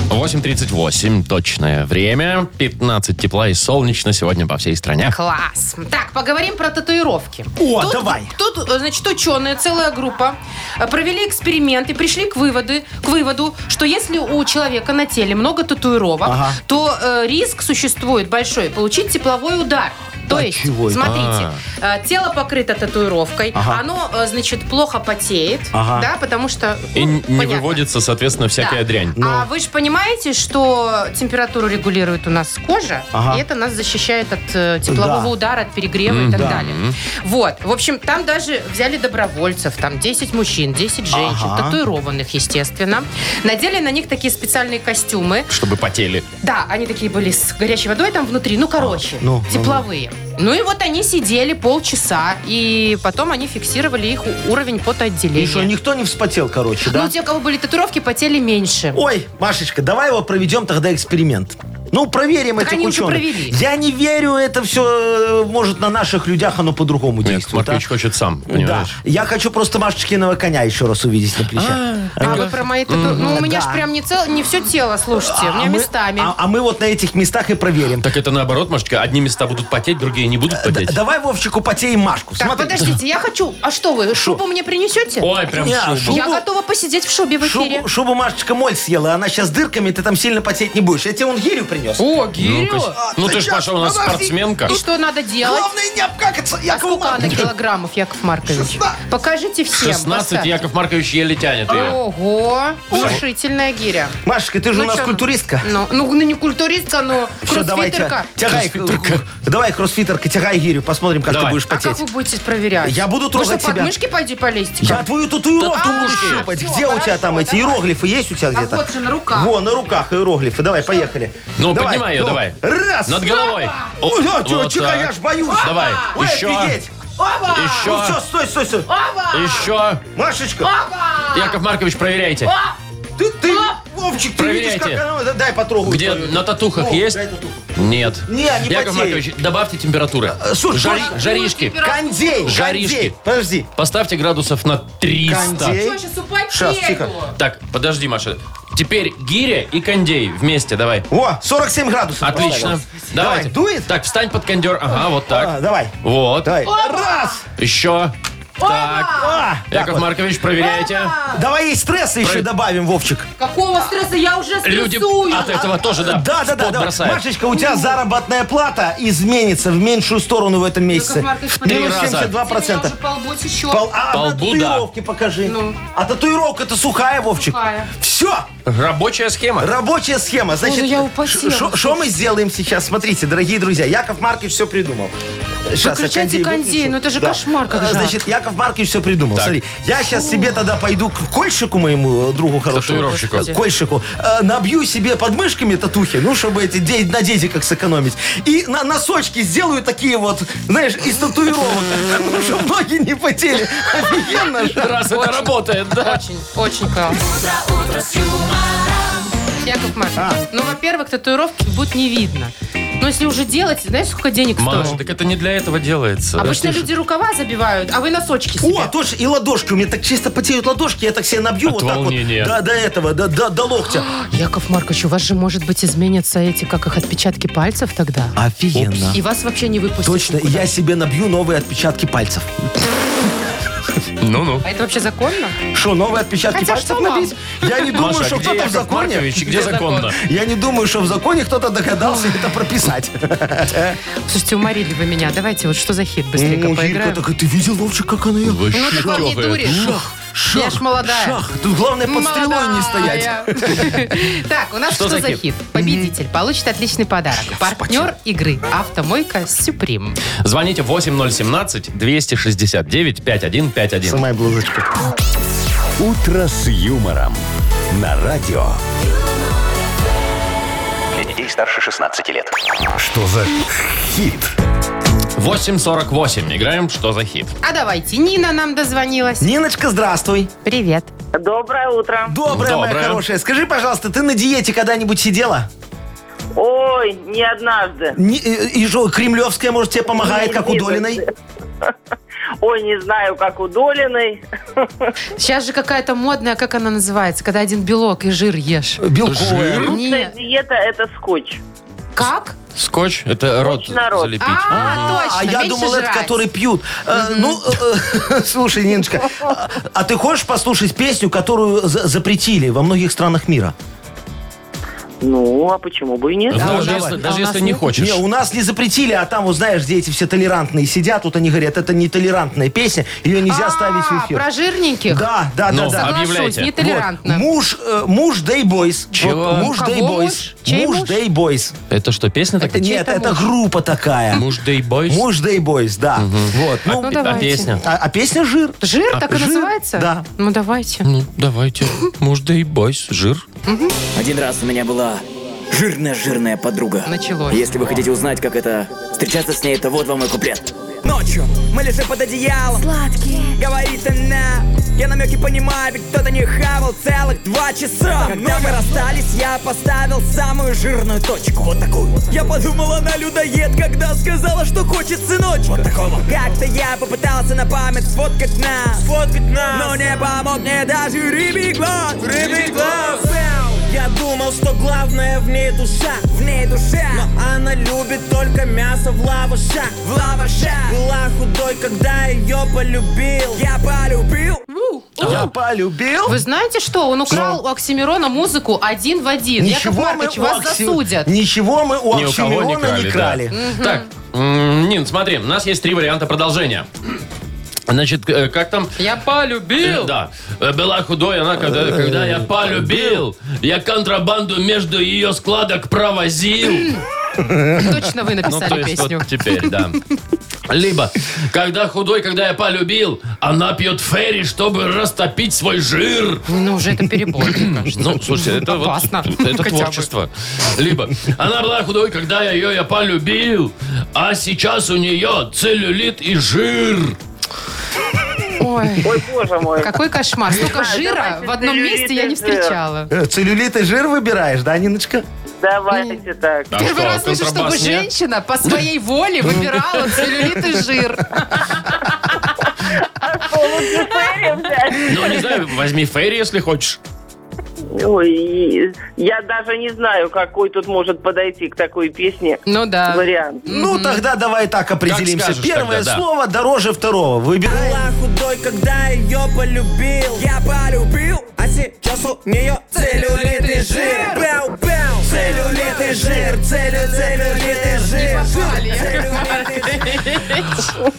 B: 8.38, точное время. 15 тепла и солнечно сегодня по всей стране.
C: Класс. Так, поговорим про татуировки.
D: О,
C: Тут-
D: давай.
C: Тут, э, значит, ученые, целая группа, э, провели эксперимент и пришли к, выводы, к выводу, что если у человека на теле много татуировок,
D: Ага.
C: то э, риск существует большой получить тепловой удар. То
D: Да
C: есть,
D: чего это? А.
C: смотрите, э, тело покрыто татуировкой,
D: Ага.
C: оно, э, значит, плохо потеет,
D: Ага.
C: да, потому что...
B: И
C: ну,
B: н- не
C: понятно.
B: выводится, соответственно, всякая
C: Да.
B: дрянь.
C: А вы же понимаете, что температуру регулирует у нас кожа,
D: Ага.
C: и это нас защищает от э, теплового
D: Да.
C: удара, от перегрева и так
D: Да.
C: далее. Вот. В общем, там даже взяли добровольцев, там 10 мужчин, 10 женщин,
D: Ага.
C: татуированных, естественно. Надели на них такие специальные костюмы.
B: Чтобы потели.
C: Да, они такие были с горячей водой там внутри, ну, короче,
D: ну, ну,
C: тепловые. Ну и вот они сидели полчаса, и потом они фиксировали их у- уровень
D: Ну И
C: потоотделения.
D: что, никто не вспотел, короче,
C: Ну,
D: да?
C: у тех, у кого были татуировки, потели меньше.
D: Ой, Машечка, давай его проведем тогда эксперимент. Ну, проверим
C: Так
D: этих
C: они уже
D: ученых.
C: провели.
D: Я не верю, это все, может, на наших людях оно по-другому
B: Яков
D: действует.
B: Маркович
D: а?
B: хочет сам, понимаешь?
D: Да. Я хочу просто Машечкиного коня еще раз увидеть на плече.
C: А вы про мои тату... Ну, у меня
D: Да.
C: же прям не, цел... не все тело, слушайте, у меня
D: мы-
C: местами.
D: а- а мы вот на этих местах и проверим.
B: Так это наоборот, Машечка. Одни места будут потеть, другие не будут
D: Д-
B: потеть.
D: Давай Вовчику потеем Машку.
C: Так,
D: Смотри.
C: подождите, я хочу... А что вы, шубу мне принесете?
B: Ой, прям
D: Не,
B: шубу.
D: шубу-
C: Я готова посидеть в шубе в эфире.
D: Шубу, шубу Машечка моль съела, она сейчас дырками, ты там сильно потеть не будешь. Я тебе вон гирю принес.
C: О, Гирю!
B: Ну-ка, Ну ты ж, Паша, у нас
D: Подожди.
B: спортсменка.
C: И что надо делать?
D: Главное не обкакаться,
C: А
D: Яков
C: сколько она
D: Маркович.
C: килограммов, Яков Маркович? Покажите всем.
B: 16
C: поставьте.
B: Яков Маркович еле тянет ее.
C: Ого, внушительная гиря. Ну
D: Машечка, ты же у нас
C: чё она?
D: культуристка.
C: Ну, ну, ну, не культуристка, но
D: Всё, давай, тя-
C: кроссфитерка.
D: тягай,
B: Кроссфитерка.
D: э, давай, кроссфитерка, тягай гирю, посмотрим, как
B: Давай.
D: ты будешь
C: А как
D: потеть.
C: вы будете проверять?
D: Я буду
C: Вы что,
D: трогать
C: под
D: себя.
C: мышки пойди полезть?
D: Я твою татуировку
C: Да
D: буду
C: ты что?
D: щупать.
C: Всё,
D: Где у тебя
C: хорошо,
D: там эти
C: давай.
D: иероглифы есть у тебя
C: А
D: где-то?
C: вот же на руках.
D: Во, на руках иероглифы. Давай, поехали.
B: Ну,
D: Давай,
B: поднимай ее,
D: ну,
B: давай.
D: Раз.
B: Над головой.
D: Ой,
B: О,
D: тё,
B: вот
D: чё,
B: так.
D: я ж боюсь.
B: Давай,
D: Ой,
B: еще.
D: офигеть.
C: Опа!
B: Еще.
D: Ну все, стой, стой, стой.
C: Опа!
B: Еще.
D: Машечка,
C: Опа!
B: Яков Маркович, проверяйте.
C: А.
D: ты, ты, Вовчик, ты видишь, как
B: Проверяйте.
D: она... да, Дай потрогаю.
B: Где
D: твою.
B: на татухах
D: О,
B: есть?
D: дай татуху.
B: Нет.
D: Не, не потеет.
B: Яков Маркович, добавьте температуры.
C: Э,
D: слушай,
B: Жари-
D: что-
B: жаришки.
D: Кондей,
B: Жаришки.
D: кондей. Подожди.
B: Поставьте градусов на 300.
D: Кондей.
C: Что, сейчас упадет?
D: Щас, тихо.
B: Так, подожди, Маша. Теперь гиря и кондей вместе, давай.
D: О, 47 градусов.
B: Отлично.
D: поставил.
B: Давайте.
D: Давай, дует?
B: Так, встань под кондер. Ага, вот
D: А,
B: так.
D: давай.
B: Вот.
D: Давай.
B: Еще. Так.
D: А, так
B: Яков
D: вот.
B: Маркович, проверяйте.
D: Давай и стресса еще добавим, Вовчик.
C: Какого стресса? Я уже
B: Люди
C: стрессую.
B: от этого тоже, да, в
D: Да, да,
B: пот
D: да. давай.
B: бросают.
D: Машечка, у тебя заработная плата изменится в меньшую сторону в этом месяце.
C: Маркович,
D: В
C: подождите,
D: Минус
B: Три раза.
D: 72
C: Я
D: процента.
C: уже полбуть еще.
D: Пол, а на
B: Полбу, да.
D: татуировке покажи.
C: Ну.
D: А татуировка-то сухая, Вовчик.
C: Сухая.
D: Все,
B: Рабочая схема.
D: рабочая схема. Значит,
C: Боже, я употела.
D: что мы сделаем сейчас? Смотрите, дорогие друзья, Яков Маркович все придумал. Сейчас
C: Выключайте кондей, ну это же кошмар как
D: А,
C: же.
D: Значит, Яков Маркович все придумал.
B: Так.
D: Смотри, я сейчас себе тогда пойду к Кольщику, моему э, другу хорошему.
B: Татуировщику.
D: Э, Кольщику. Э, Набью себе под мышками татухи, ну, чтобы эти де- на дедиках сэкономить. И на носочки сделаю такие вот, знаешь, из татуировок, ну, чтобы ноги не потели. Офигенно же.
B: Раз это работает, да.
C: Очень, очень классно. Яков Маркович, ну, во-первых, татуировки будет не видно. Но если уже делать, знаешь, сколько денег
B: Маша,
C: стоит?
B: так это не для этого делается.
C: Обычно
B: Ты ж-
C: люди рукава забивают, а вы носочки себе.
D: О, тоже и ладошки. У меня так чисто потеют ладошки, я так себе набью
B: От
D: вот так
B: волнения.
D: вот. Да, до этого, до, до, до локтя.
C: А, Яков Маркович, у вас же, может быть, изменятся эти, как их, отпечатки пальцев тогда?
D: Офигенно.
C: И вас вообще не выпустят.
D: А. Точно, и
C: никуда.
D: я себе набью новые отпечатки пальцев.
B: Ну-ну.
C: А это вообще законно?
D: Что, новые отпечатки
C: Хотя
D: пальцев
C: что нам?
D: набить? Я не думаю,
B: Маша, а
D: что
B: где
D: кто-то в
B: Яков
D: законе...
B: Маркович и где законно?
D: Я не думаю, что в законе кто-то догадался это прописать.
C: Слушайте, уморили вы меня. Давайте вот что за хит быстренько
D: Ну, Юрка
C: поиграем.
D: такая, ты видел, Вовчик, как она ее...
C: Ну, так вам не дури.
D: Шах, шах,
C: Я ж молодая.
D: шах. Тут главное под стрелой не стоять.
C: стоять. Так, у нас что за хит? Победитель получит отличный подарок. Партнер игры «Автомойка Сюприм».
B: Звоните 8017-269-5151.
D: Сама блузочка.
A: «Утро с юмором» на радио.
F: Для детей старше 16 лет.
A: Что за хит?
B: 8.48. Играем «Что за хит?».
C: А давайте, Нина нам дозвонилась.
D: Ниночка, здравствуй.
C: Привет.
H: Доброе утро.
D: Добрая моя
B: Доброе.
D: хорошая. Скажи, пожалуйста, ты на диете когда-нибудь сидела?
H: Ой, не однажды.
D: Не- э, И что, кремлевская, может, тебе помогает,
E: Ну,
D: как у
H: Не
D: Долиной?
H: однажды. Ой, не знаю, как у Долиной.
C: Сейчас же какая-то модная, как она называется, когда один белок и жир ешь.
D: Белковая.
H: Лучшая
C: Нет.
H: диета – это скотч.
C: Как?
B: Скотч. Это рот
H: народ.
B: залепить.
C: А, точно,
D: А я
C: меньше
D: думал, это
C: жрать.
D: которые пьют. Э, Ну, э, слушай, Ниночка, а- а ты хочешь послушать песню, которую за- запретили во многих странах мира?
H: Ну, а почему бы и нет?
C: Да,
B: Даже
C: у нас-
B: если-
C: а
B: даже
C: у нас
B: если не
C: нет?
B: хочешь.
D: Не, у нас не запретили, а там, вот знаешь, где эти все толерантные сидят, вот они говорят, это нетолерантная песня, ее нельзя
C: А,
D: ставить в
C: Про
D: эфир.
C: жирненьких?
D: Да, да, да,
B: Ну,
D: да.
B: а
C: Соглашусь,
B: Объявляйте.
C: нетолерантно.
D: Вот, Муж, э, муж Day Boys.
B: Чего?
D: Вот, муж
C: Кого
D: Day Boys.
C: муж? Чей
D: муж
C: муж?
D: Day Boys.
B: Это что, песня такая?
D: Нет,
C: это
D: это
C: муж?
D: группа такая.
B: Муж Day Boys?
D: Муж Day Boys, да. Вот. Ну,
C: Ну,
B: А
C: давайте.
B: песня?
D: а, а песня жир.
C: Жир так и
D: жир,
C: называется?
D: да.
C: Ну, давайте.
B: Ну, давайте. Муж Day Boys. Жир.
I: Один раз у меня была жирная-жирная подруга.
C: Началось.
I: Если вы хотите узнать, как это встречаться с ней, то вот вам мой куплет. Ночью мы лежим под одеялом. Сладкие. Говорит она. Я намеки понимаю, ведь кто-то не хавал целых два часа. Когда мы расстались, я поставил самую жирную точку. Вот такую. Я подумала на людоед, когда сказала, что хочет сыночка. Вот такого. Как-то я попытался на память сфоткать нас. Сфоткать нас. Но не помог мне даже рыбий глаз. Рыбий глаз. Я думал, что главное в ней душа, в ней душа. Но она любит только мясо в лавашах, в лавашах. Была худой, когда ее полюбил. Я полюбил.
D: Я полюбил.
C: Вы знаете что? Он украл у Оксимирона музыку один в один. Яков Маркович,
D: у
C: вас
D: Окси-
C: засудят.
D: Ничего мы у
B: Ни у кого не
D: Оксимирона
B: крали,
D: не крали.
B: Так, м, Нин, смотри, у нас есть три варианта продолжения. Значит, э, как там?
C: Я полюбил.
B: Да. Э, Была худой она, когда, когда я полюбил. Я контрабанду между ее складок провозил.
C: Точно вы
B: Ну, то
C: написали
B: есть
C: песню.
B: вот теперь, да. Либо, когда худой, когда я полюбил, она пьет ферри, чтобы растопить свой жир.
C: Ну, уже это перебор, мне кажется.
B: Ну, слушайте, это вот-
C: Опасно.
B: это
C: Хотя бы.
B: творчество. Либо, она была худой, когда я ее я полюбил, а сейчас у нее целлюлит и жир.
C: Ой,
H: Ой, боже мой.
C: какой кошмар. Столько
H: знаю,
C: жира
H: давайте
C: в одном
H: целлюлит
C: месте я не
H: и жир.
C: встречала.
D: Э, Целлюлит и жир выбираешь, да, Ниночка?
H: Давайте так.
B: А
C: Первый
B: что,
C: раз слышу, чтобы
B: контрабас нет? Ну.
C: женщина по своей воле выбирала целлюлит и жир.
H: А что, лучше фейри взять?
B: Ну, не знаю, возьми ферри, если хочешь.
H: Ой, я даже не знаю, какой тут может подойти к такой песне
C: Ну да.
H: вариант.
D: Ну, тогда давай так определимся.
B: скажешь
D: Первое
B: тогда, да.
D: слово дороже второго. Выбирай.
I: Была худой, когда ее полюбил Я полюбил, а сейчас у нее целлюлит и жир Бэу, бэу, целлюлит и жир Целлю, целлюлит и жир Целлюлит и жир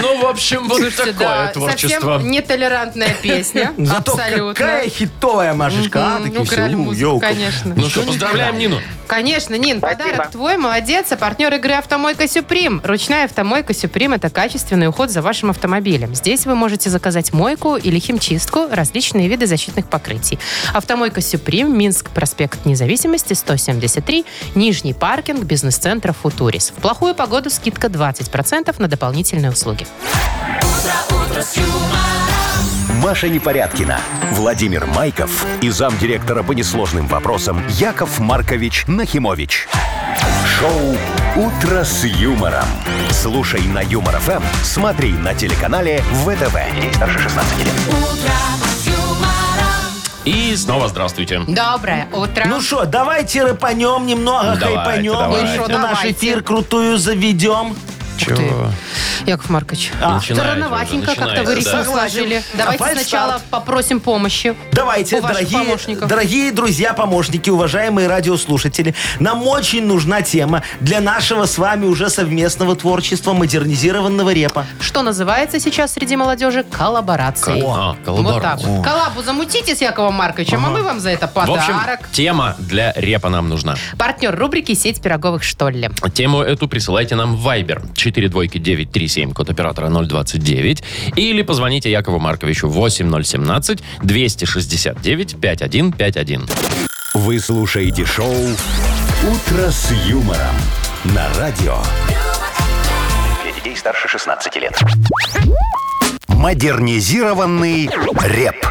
B: Ну, в общем, вот и
C: Слушайте,
B: такое
C: да,
B: творчество.
C: Совсем нетолерантная песня.
D: Зато
C: Абсолютно.
D: какая хитовая, Машечка. а?
C: Мгм,
D: Такие
C: ну,
D: все,
C: украли
D: у,
C: музыку,
D: ёлка.
C: конечно.
B: Ну что, поздравляем Нину.
C: Конечно, Нин,
H: Спасибо.
C: подарок твой, молодец. А партнер игры «Автомойка Сюприм». Ручная «Автомойка Сюприм» — это качественный уход за вашим автомобилем. Здесь вы можете заказать мойку или химчистку, различные виды защитных покрытий. «Автомойка Сюприм», Минск, проспект Независимости, 173, Нижний паркинг, бизнес-центр «Футурис». В плохую погоду скидка 20% на дополнительные услуги.
A: Маша Непорядкина, Владимир Майков и замдиректора по несложным вопросам Яков Маркович Нахимович. Шоу «Утро с юмором». Слушай на Юмор ФМ, смотри на телеканале ВТВ. Ей старше 16 лет.
B: И снова здравствуйте.
C: Доброе утро.
D: Ну что, давайте рэпанем немного,
B: Давайте,
D: хайпанем.
B: давайте.
D: Ну шо, наш
C: Давайте.
D: эфир крутую заведем.
B: Чего?
C: Яков Маркович,
B: Начинаете уже,
C: рановатенько А, как-то
B: начинается,
C: вы ритм
B: да.
C: сложили.
D: Согласен.
C: Давайте
D: Давай
C: сначала
D: старт.
C: попросим помощи.
D: Давайте,
C: У ваших
D: дорогие,
C: помощников.
D: дорогие друзья, помощники, уважаемые радиослушатели, нам очень нужна тема для нашего с вами уже совместного творчества модернизированного репа.
C: Что называется сейчас среди молодежи коллаборацией.
B: а, О,
C: Вот так.
B: коллаборация.
C: вот. Коллабу замутите с Яковом Марковичем, а мы вам за это
B: В общем,
C: подарок.
B: тема для репа нам нужна.
C: Партнер рубрики «Сеть пироговых Штолле».
B: Тему эту присылайте нам в Viber 42937, код оператора 029, или позвоните Якову Марковичу 8017-269-5151.
A: Вы слушаете шоу «Утро с юмором» на радио
F: Для детей старше 16 лет.
A: «Модернизированный реп».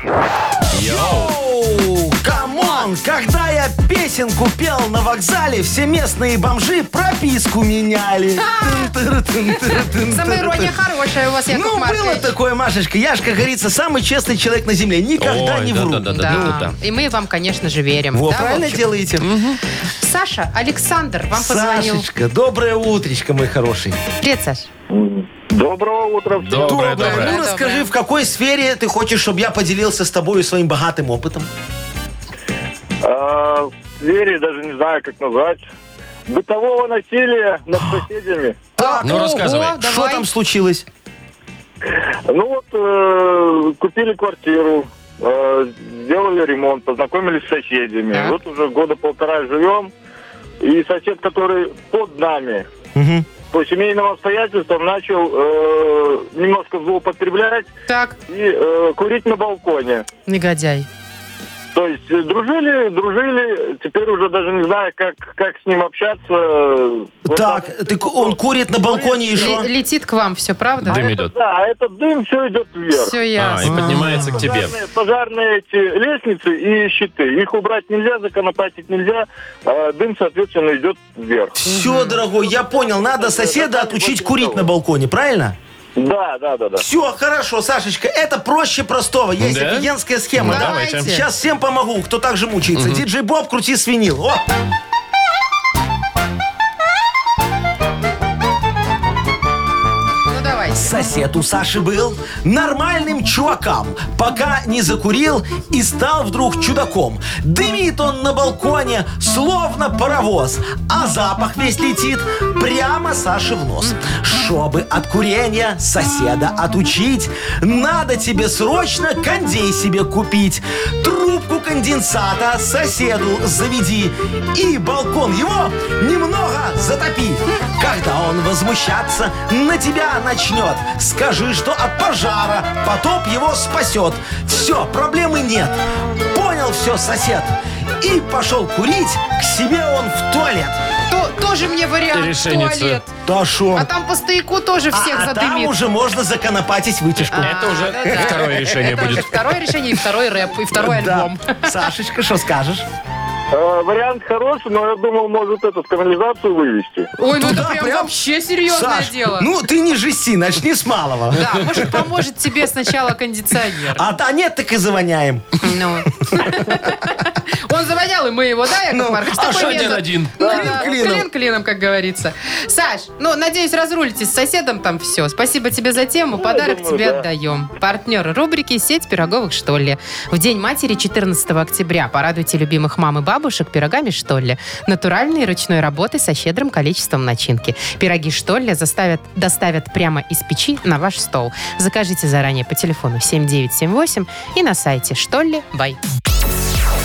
D: Оу, камон! Когда я песенку пел на вокзале, все местные бомжи прописку меняли.
C: Самоирония хорошая у вас, Яков
D: Ну,
C: Маркович.
D: было такое, Машечка. Я ж, как говорится, самый честный человек на земле. Никогда
B: Ой,
D: не
B: да,
D: вру.
B: да, да,
C: Да.
B: Да-да-да.
C: И мы вам, конечно же, верим.
D: Во,
C: Да, в
D: правильно
C: общем.
D: делаете?
C: Саша, Александр вам позвонил.
D: Сашечка, доброе утречко, мой хороший.
C: Привет, Саш.
G: Доброе утро. всем.
B: Доброе,
D: Ну,
B: доброе.
C: Доброе,
D: расскажи,
C: доброе.
D: в какой сфере ты хочешь, чтобы я поделился с тобой своим богатым опытом?
G: А, в сфере, даже не знаю, как назвать. Бытового насилия над соседями.
D: Так,
B: Ну, рассказывай.
C: Ого,
D: что
C: давай.
D: там случилось?
G: Ну вот, э, купили квартиру, э, сделали ремонт, познакомились с соседями.
C: Так.
G: Вот уже года полтора живем. И сосед, который под нами,
D: Мгм.
G: по семейным обстоятельствам начал э, немножко злоупотреблять
C: Так,
G: и э, курить на балконе.
C: негодяй.
G: То есть э, дружили, дружили, теперь уже даже не знаю, как, как с ним общаться. Вот
D: Так, ты, ку- он курит на балконе и
C: Ле-
D: что?
C: летит к вам все, правда?
B: Дым
G: это,
B: идет.
G: да, этот дым все идет вверх.
C: Все
B: А, и
C: ясно.
B: поднимается к тебе.
G: Пожарные, пожарные эти лестницы и щиты. Их убрать нельзя, законопатить нельзя. а дым, соответственно, идет вверх.
D: Все, дорогой, я понял. Надо соседа отучить курить на балконе, правильно?
G: Да, да, да, да.
D: Все, хорошо, Сашечка, это проще простого. Есть
B: Да?
D: офигенская схема.
B: Ну,
D: да?
B: давайте.
D: Сейчас всем помогу, кто так же мучается. Диджей Боб, крути свинил. О!
C: Ну давайте.
D: сосед у Саши был нормальным чувакам, пока не закурил и стал вдруг чудаком. Дымит он на балконе, словно паровоз, а запах весь летит прямо Саше в нос. Чтобы от курения соседа отучить, надо тебе срочно кондей себе купить. Трубку конденсата соседу заведи и балкон его немного затопи. Когда он возмущаться на тебя начнет, скажи, что от пожара потоп его спасет. Все, проблемы нет. Понял все сосед. И пошел курить, к себе он в туалет.
C: То- тоже мне вариант в
B: Решенница.
C: туалет.
D: Да шо?
C: А там по стояку тоже всех
D: а, а там
C: задымит.
D: уже можно законопатить вытяжку.
B: Это уже
C: Да-да-да.
B: второе решение
C: Это
B: будет.
C: уже второе решение и второй рэп, и второй
D: Да.
C: альбом.
D: Сашечка, что скажешь?
G: Э, вариант хороший, но я думал, может, эту в канализацию вывести.
C: Ой, ну это
D: Туда
C: прям,
D: прям?
C: вообще серьезное
D: Саш,
C: дело.
D: ну ты не жести, начни с малого.
C: Да, может, поможет тебе сначала кондиционер.
D: А да нет, так и завоняем.
C: Ну. Он завонял, и мы его, да, Яков
D: Ну,
C: Маркович?
D: а
C: Такой
B: шо
C: метод.
B: один-один?
C: Ну,
D: Клин
C: да,
D: клином.
C: Клин клином, как говорится. Саш, ну, надеюсь, разрулитесь с соседом там все. Спасибо тебе за тему. Подарок
G: думаю,
C: тебе
G: да.
C: отдаем. Партнер рубрики «Сеть пироговых что ли». В День матери 14 октября порадуйте любимых мам и бабушек пирогами что ли. Натуральной ручной работы со щедрым количеством начинки. Пироги что ли заставят, доставят прямо из печи на ваш стол. Закажите заранее по телефону 7978 и на сайте что ли бай.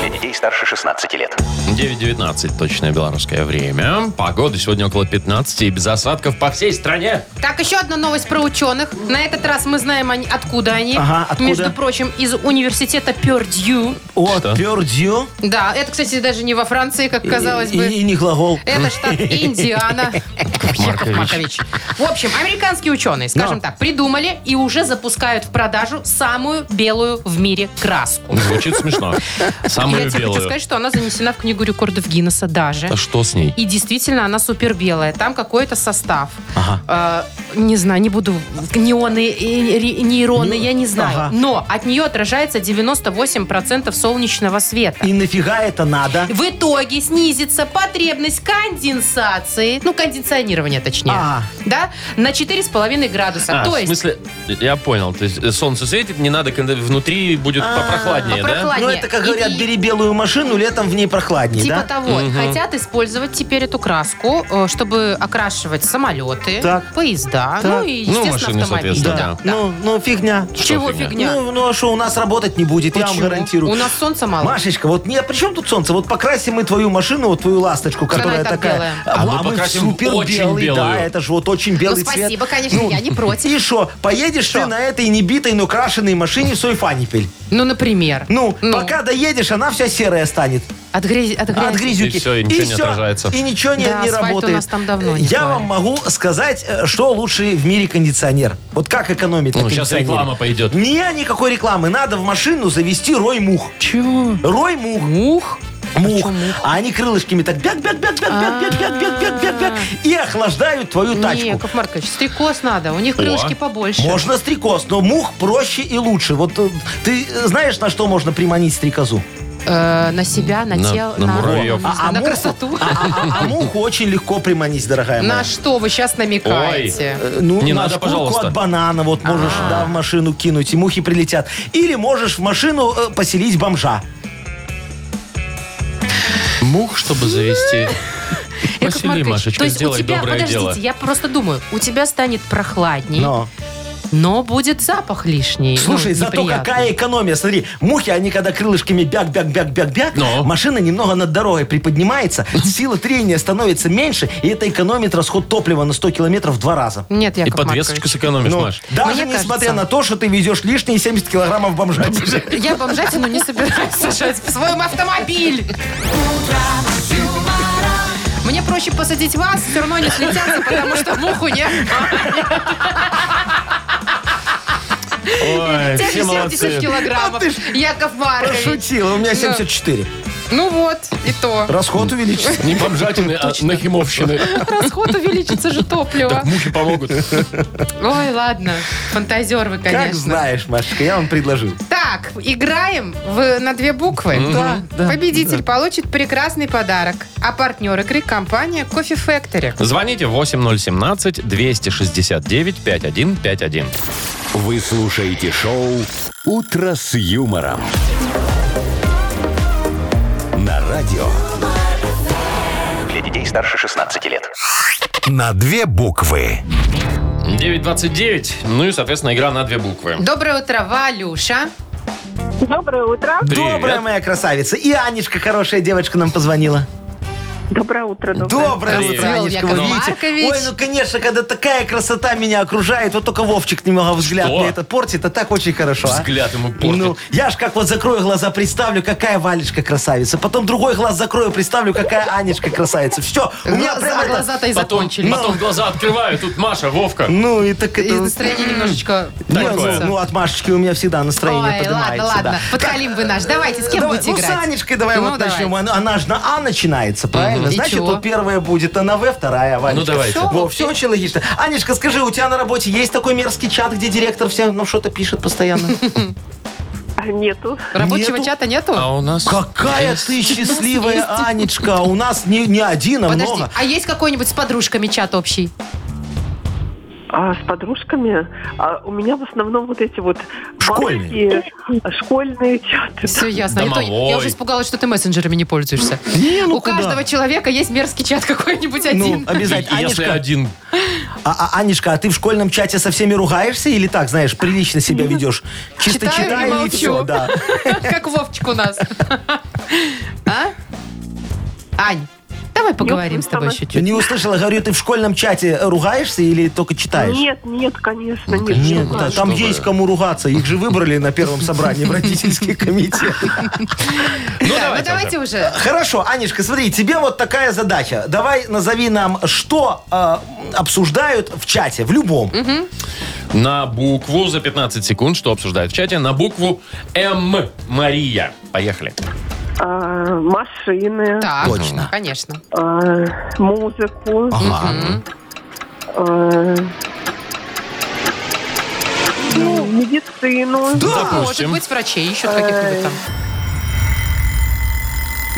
F: Для детей старше 16 лет.
B: 9.19, точное белорусское время. Погода сегодня около 15 и без осадков по всей стране.
C: Так, еще одна новость про ученых. На этот раз мы знаем, они, откуда они.
D: Ага, откуда?
C: Между прочим, из университета Пердью.
B: Что?
D: От пердью.
C: Да, это, кстати, даже не во Франции, как казалось
D: и,
C: бы.
D: И, и не глагол.
C: Это штат Индиана. Яков Маркович. В общем, американские ученые, скажем
D: Но.
C: так, придумали и уже запускают в продажу самую белую в мире краску.
B: Звучит смешно.
C: Я
B: Самую
C: тебе хочу
B: белую.
C: сказать, что она занесена в книгу рекордов Гиннесса даже.
B: А что с ней?
C: И действительно, она супер белая. Там какой-то состав. Э, не знаю, не буду. Неоны, э, ри- нейроны, я не знаю.
D: Ну, ага.
C: Но от нее отражается 98% солнечного света.
D: И нафига это надо?
C: В итоге снизится потребность конденсации, ну, кондиционирования точнее,
D: А.
C: да, на 4,5 градуса.
B: А,
C: То
B: в
C: есть...
B: смысле, я понял, то есть э, солнце светит, не надо, когда внутри будет
D: А,
B: попрохладнее, да?
C: попрохладнее.
D: Ну это, как
C: И-
D: говорят,
C: и-
D: бери белую машину, летом в ней прохладнее,
C: Типа
D: да?
C: того, хотят использовать теперь эту краску, э, чтобы окрашивать самолеты,
D: Так.
C: поезда,
D: Так.
C: ну и,
B: Ну,
C: естественно,
B: машины,
C: автомобили.
B: соответственно,
C: Да. да.
D: Ну, ну фигня.
C: Чего
B: фигня?
C: фигня?
D: Ну, ну а что, у нас работать не будет, я вам
C: Почему?
D: гарантирую.
C: У нас солнца мало.
D: Машечка, вот не, а при чем тут солнце? Вот покрасим мы твою машину, вот твою ласточку,
C: Она
D: которая
C: и так белая.
D: такая.
B: А мы
D: в
B: покрасим
D: супер
B: очень
D: белый, да,
B: белую.
D: это же вот очень
C: ну,
D: белый цвет.
C: спасибо, конечно, я не
D: И
C: против.
D: что, поедешь ты на этой небитой, но крашенной машине в свой фанипель?
C: Ну, например.
D: Ну, пока доедешь, она вся серая станет.
C: От грязи, от грязи.
D: От грязюки.
B: И всё, и ничего не отражается.
D: И ничего не,
C: Да,
D: не
C: асфальта у
D: работает.
C: нас там давно не
D: Я
C: бывает.
D: вам могу сказать, э, что лучший в мире кондиционер. Вот как экономить
B: Ну,
D: на
B: сейчас
D: кондиционере?
B: реклама пойдет.
D: Не, никакой рекламы. Надо в машину завести рой мух.
C: Чего?
D: Рой мух.
C: Мух?
D: Мух.
C: чё мух?
D: А они крылышками так бяк бяк бяк бяк бяк бяк бяк бяк бяк бяк бяк и охлаждают твою
C: Не,
D: Ну, тачку.
C: Яков Маркович, стрекоз надо. У них крылышки побольше.
D: Можно стрекоз, но мух проще и лучше. Вот э, ты знаешь, на что можно приманить стрекозу?
C: Э, на себя, на,
B: На-
C: тело,
B: на муравьев.
C: не знаю, на
D: муху-
C: красоту.
D: а- а- а- а муху очень легко приманить, дорогая моя.
C: На что вы сейчас намекаете?
D: Э, Ну,
B: Не
D: на
B: надо,
D: шкурку
B: пожалуйста.
D: от банана вот можешь
C: А.
D: да, в машину кинуть, и мухи прилетят. Или можешь в машину э, поселить бомжа.
B: Мух, чтобы завести.
C: Яков
B: Посели,
C: Маркович, то
B: Машечка,
C: есть у
B: сделай
C: тебя,
B: доброе
C: подождите,
B: дело.
C: я просто думаю, у тебя станет прохладней, но,
D: Но.
C: будет запах лишний. ну,
D: Слушай, зато
C: неприятный.
D: какая экономия. Смотри, мухи, они когда крылышками бяк-бяк-бяк-бяк-бяк,
B: Но.
D: машина немного над дорогой приподнимается, сила трения становится меньше, и это экономит расход топлива на 100 километров в два раза.
C: Нет,
B: И
C: Яков
B: подвесочку
C: Маркович.
B: сэкономишь,
D: Ну,
B: Маш.
D: даже
C: Мне
D: несмотря
C: кажется.
D: на то, что ты везешь лишние 70 килограммов бомжа.
C: Я бомжатину не собираюсь сажать в своем автомобиль. Мне проще посадить вас, все равно не слетятся, потому что муху не...
B: Ой,
C: Те
B: все
C: же 70
B: молодцы.
C: килограммов. Яков Маркович.
D: Шутила, у меня
C: Да.
D: 74.
C: Ну вот, и то.
D: Расход увеличится.
B: Не бомжатины, а нахимовщины.
C: Расход увеличится же топливо.
B: Мухи помогут.
C: Ой, ладно. Фантазер вы,
D: Как
C: конечно.
D: знаешь, Машечка, я вам предложил.
C: Так, Итак, играем в- на две буквы. Победитель получит прекрасный подарок. А партнер игры компания Кофе Factory.
B: Звоните 8017-269-5151.
A: Вы слушаете шоу «Утро с юмором». На радио
F: Для детей старше 16 лет.
A: на две буквы.
B: 9.29. Ну и, соответственно, игра на две буквы.
C: Доброе утро, Валюша.
E: Доброе утро.
B: Привет.
D: Добрая моя красавица. И Анечка, хорошая девочка, нам позвонила.
E: Доброе утро.
D: Доброе
B: Привет.
D: утро,
C: Привет,
D: Анечка,
C: Яков
D: вы видите?
C: Маркович.
D: Ой, ну, конечно, когда такая красота меня окружает, вот только Вовчик немного взгляд
B: Что?
D: мне это портит, а так очень хорошо. а.
B: Взгляд ему портит.
D: Ну, я ж как вот закрою глаза, представлю, какая Валечка красавица. Потом другой глаз закрою, представлю, какая Анечка красавица. Все, у меня
C: Гла-
D: прямо это-
C: глаза-то и
B: Потом,
C: закончили.
B: потом глаза открываю, тут Маша, Вовка.
D: Ну, и так
C: И
D: это... вот-
C: настроение немножечко
D: Не,
C: портится.
D: ну, ну, от Машечки у меня всегда настроение
C: Ой,
D: поднимается.
C: ладно, ладно.
D: да.
C: Подхалим вы наш. Давайте, с кем
D: Давай,
C: будете
D: ну,
C: играть?
D: с Анечкой давай
C: Ну,
D: вот
C: давайте.
D: начнем. Она, она же на А начинается, правильно?
C: Мгм. И
D: Значит,
C: чего?
D: вот первая будет, а на В вторая, Ванечка.
B: Ну, давайте.
D: Во, все очень логично. Анечка, скажи, у тебя на работе есть такой мерзкий чат, где директор всем ну, что-то пишет постоянно?
E: А Нету.
C: Рабочего
D: Нету.
C: чата нету?
B: А у нас...
D: Какая ты счастливая, Анечка. У нас не, не один, а
C: Подожди,
D: много.
C: а есть какой-нибудь с подружками чат общий?
E: А, с подружками а, у меня в основном вот эти вот
D: Школьные.
E: маленькие, а, школьные чаты.
C: Все ясно. Я то-
B: Домовой.
C: Я уже испугалась, что ты мессенджерами не пользуешься.
D: Не, ну
C: У
D: куда?
C: каждого человека есть мерзкий чат какой-нибудь
D: Ну,
C: один.
D: обязательно.
B: Если
D: Анечка,
B: один... Ну,
D: а, а, Анечка, а ты в школьном чате со всеми ругаешься или так, знаешь, прилично себя ведешь? Чисто
C: Читаю и
D: читаю и
C: молчу.
D: все, да.
C: Как Вовчик у нас. А? Ань, давай поговорим с тобой еще чуть.
D: Не услышала, говорю, ты в школьном чате ругаешься или только читаешь?
E: Нет, нет, конечно, нет.
B: конечно,
E: не
D: Нет,
B: Ну,
E: знаю.
D: да,
B: ладно,
D: там
B: что
D: есть
B: вы.
D: кому ругаться. Их же выбрали на первом собрании в родительский комитет.
B: Ну,
C: Да, ну
B: давайте
C: давайте
B: уже.
C: уже.
D: Хорошо, Анечка, смотри, тебе вот такая задача. Давай назови нам, что э, обсуждают в чате, в любом.
B: На букву за 15 секунд, что обсуждают в чате, на букву М. Мария. Поехали.
E: А, машины,
C: Так,
D: Точно.
C: конечно.
E: а, музыку.
D: Ага.
E: а, ну, медицину,
C: Может
B: Ну, Допустим.
C: быть, врачей еще каких-нибудь там.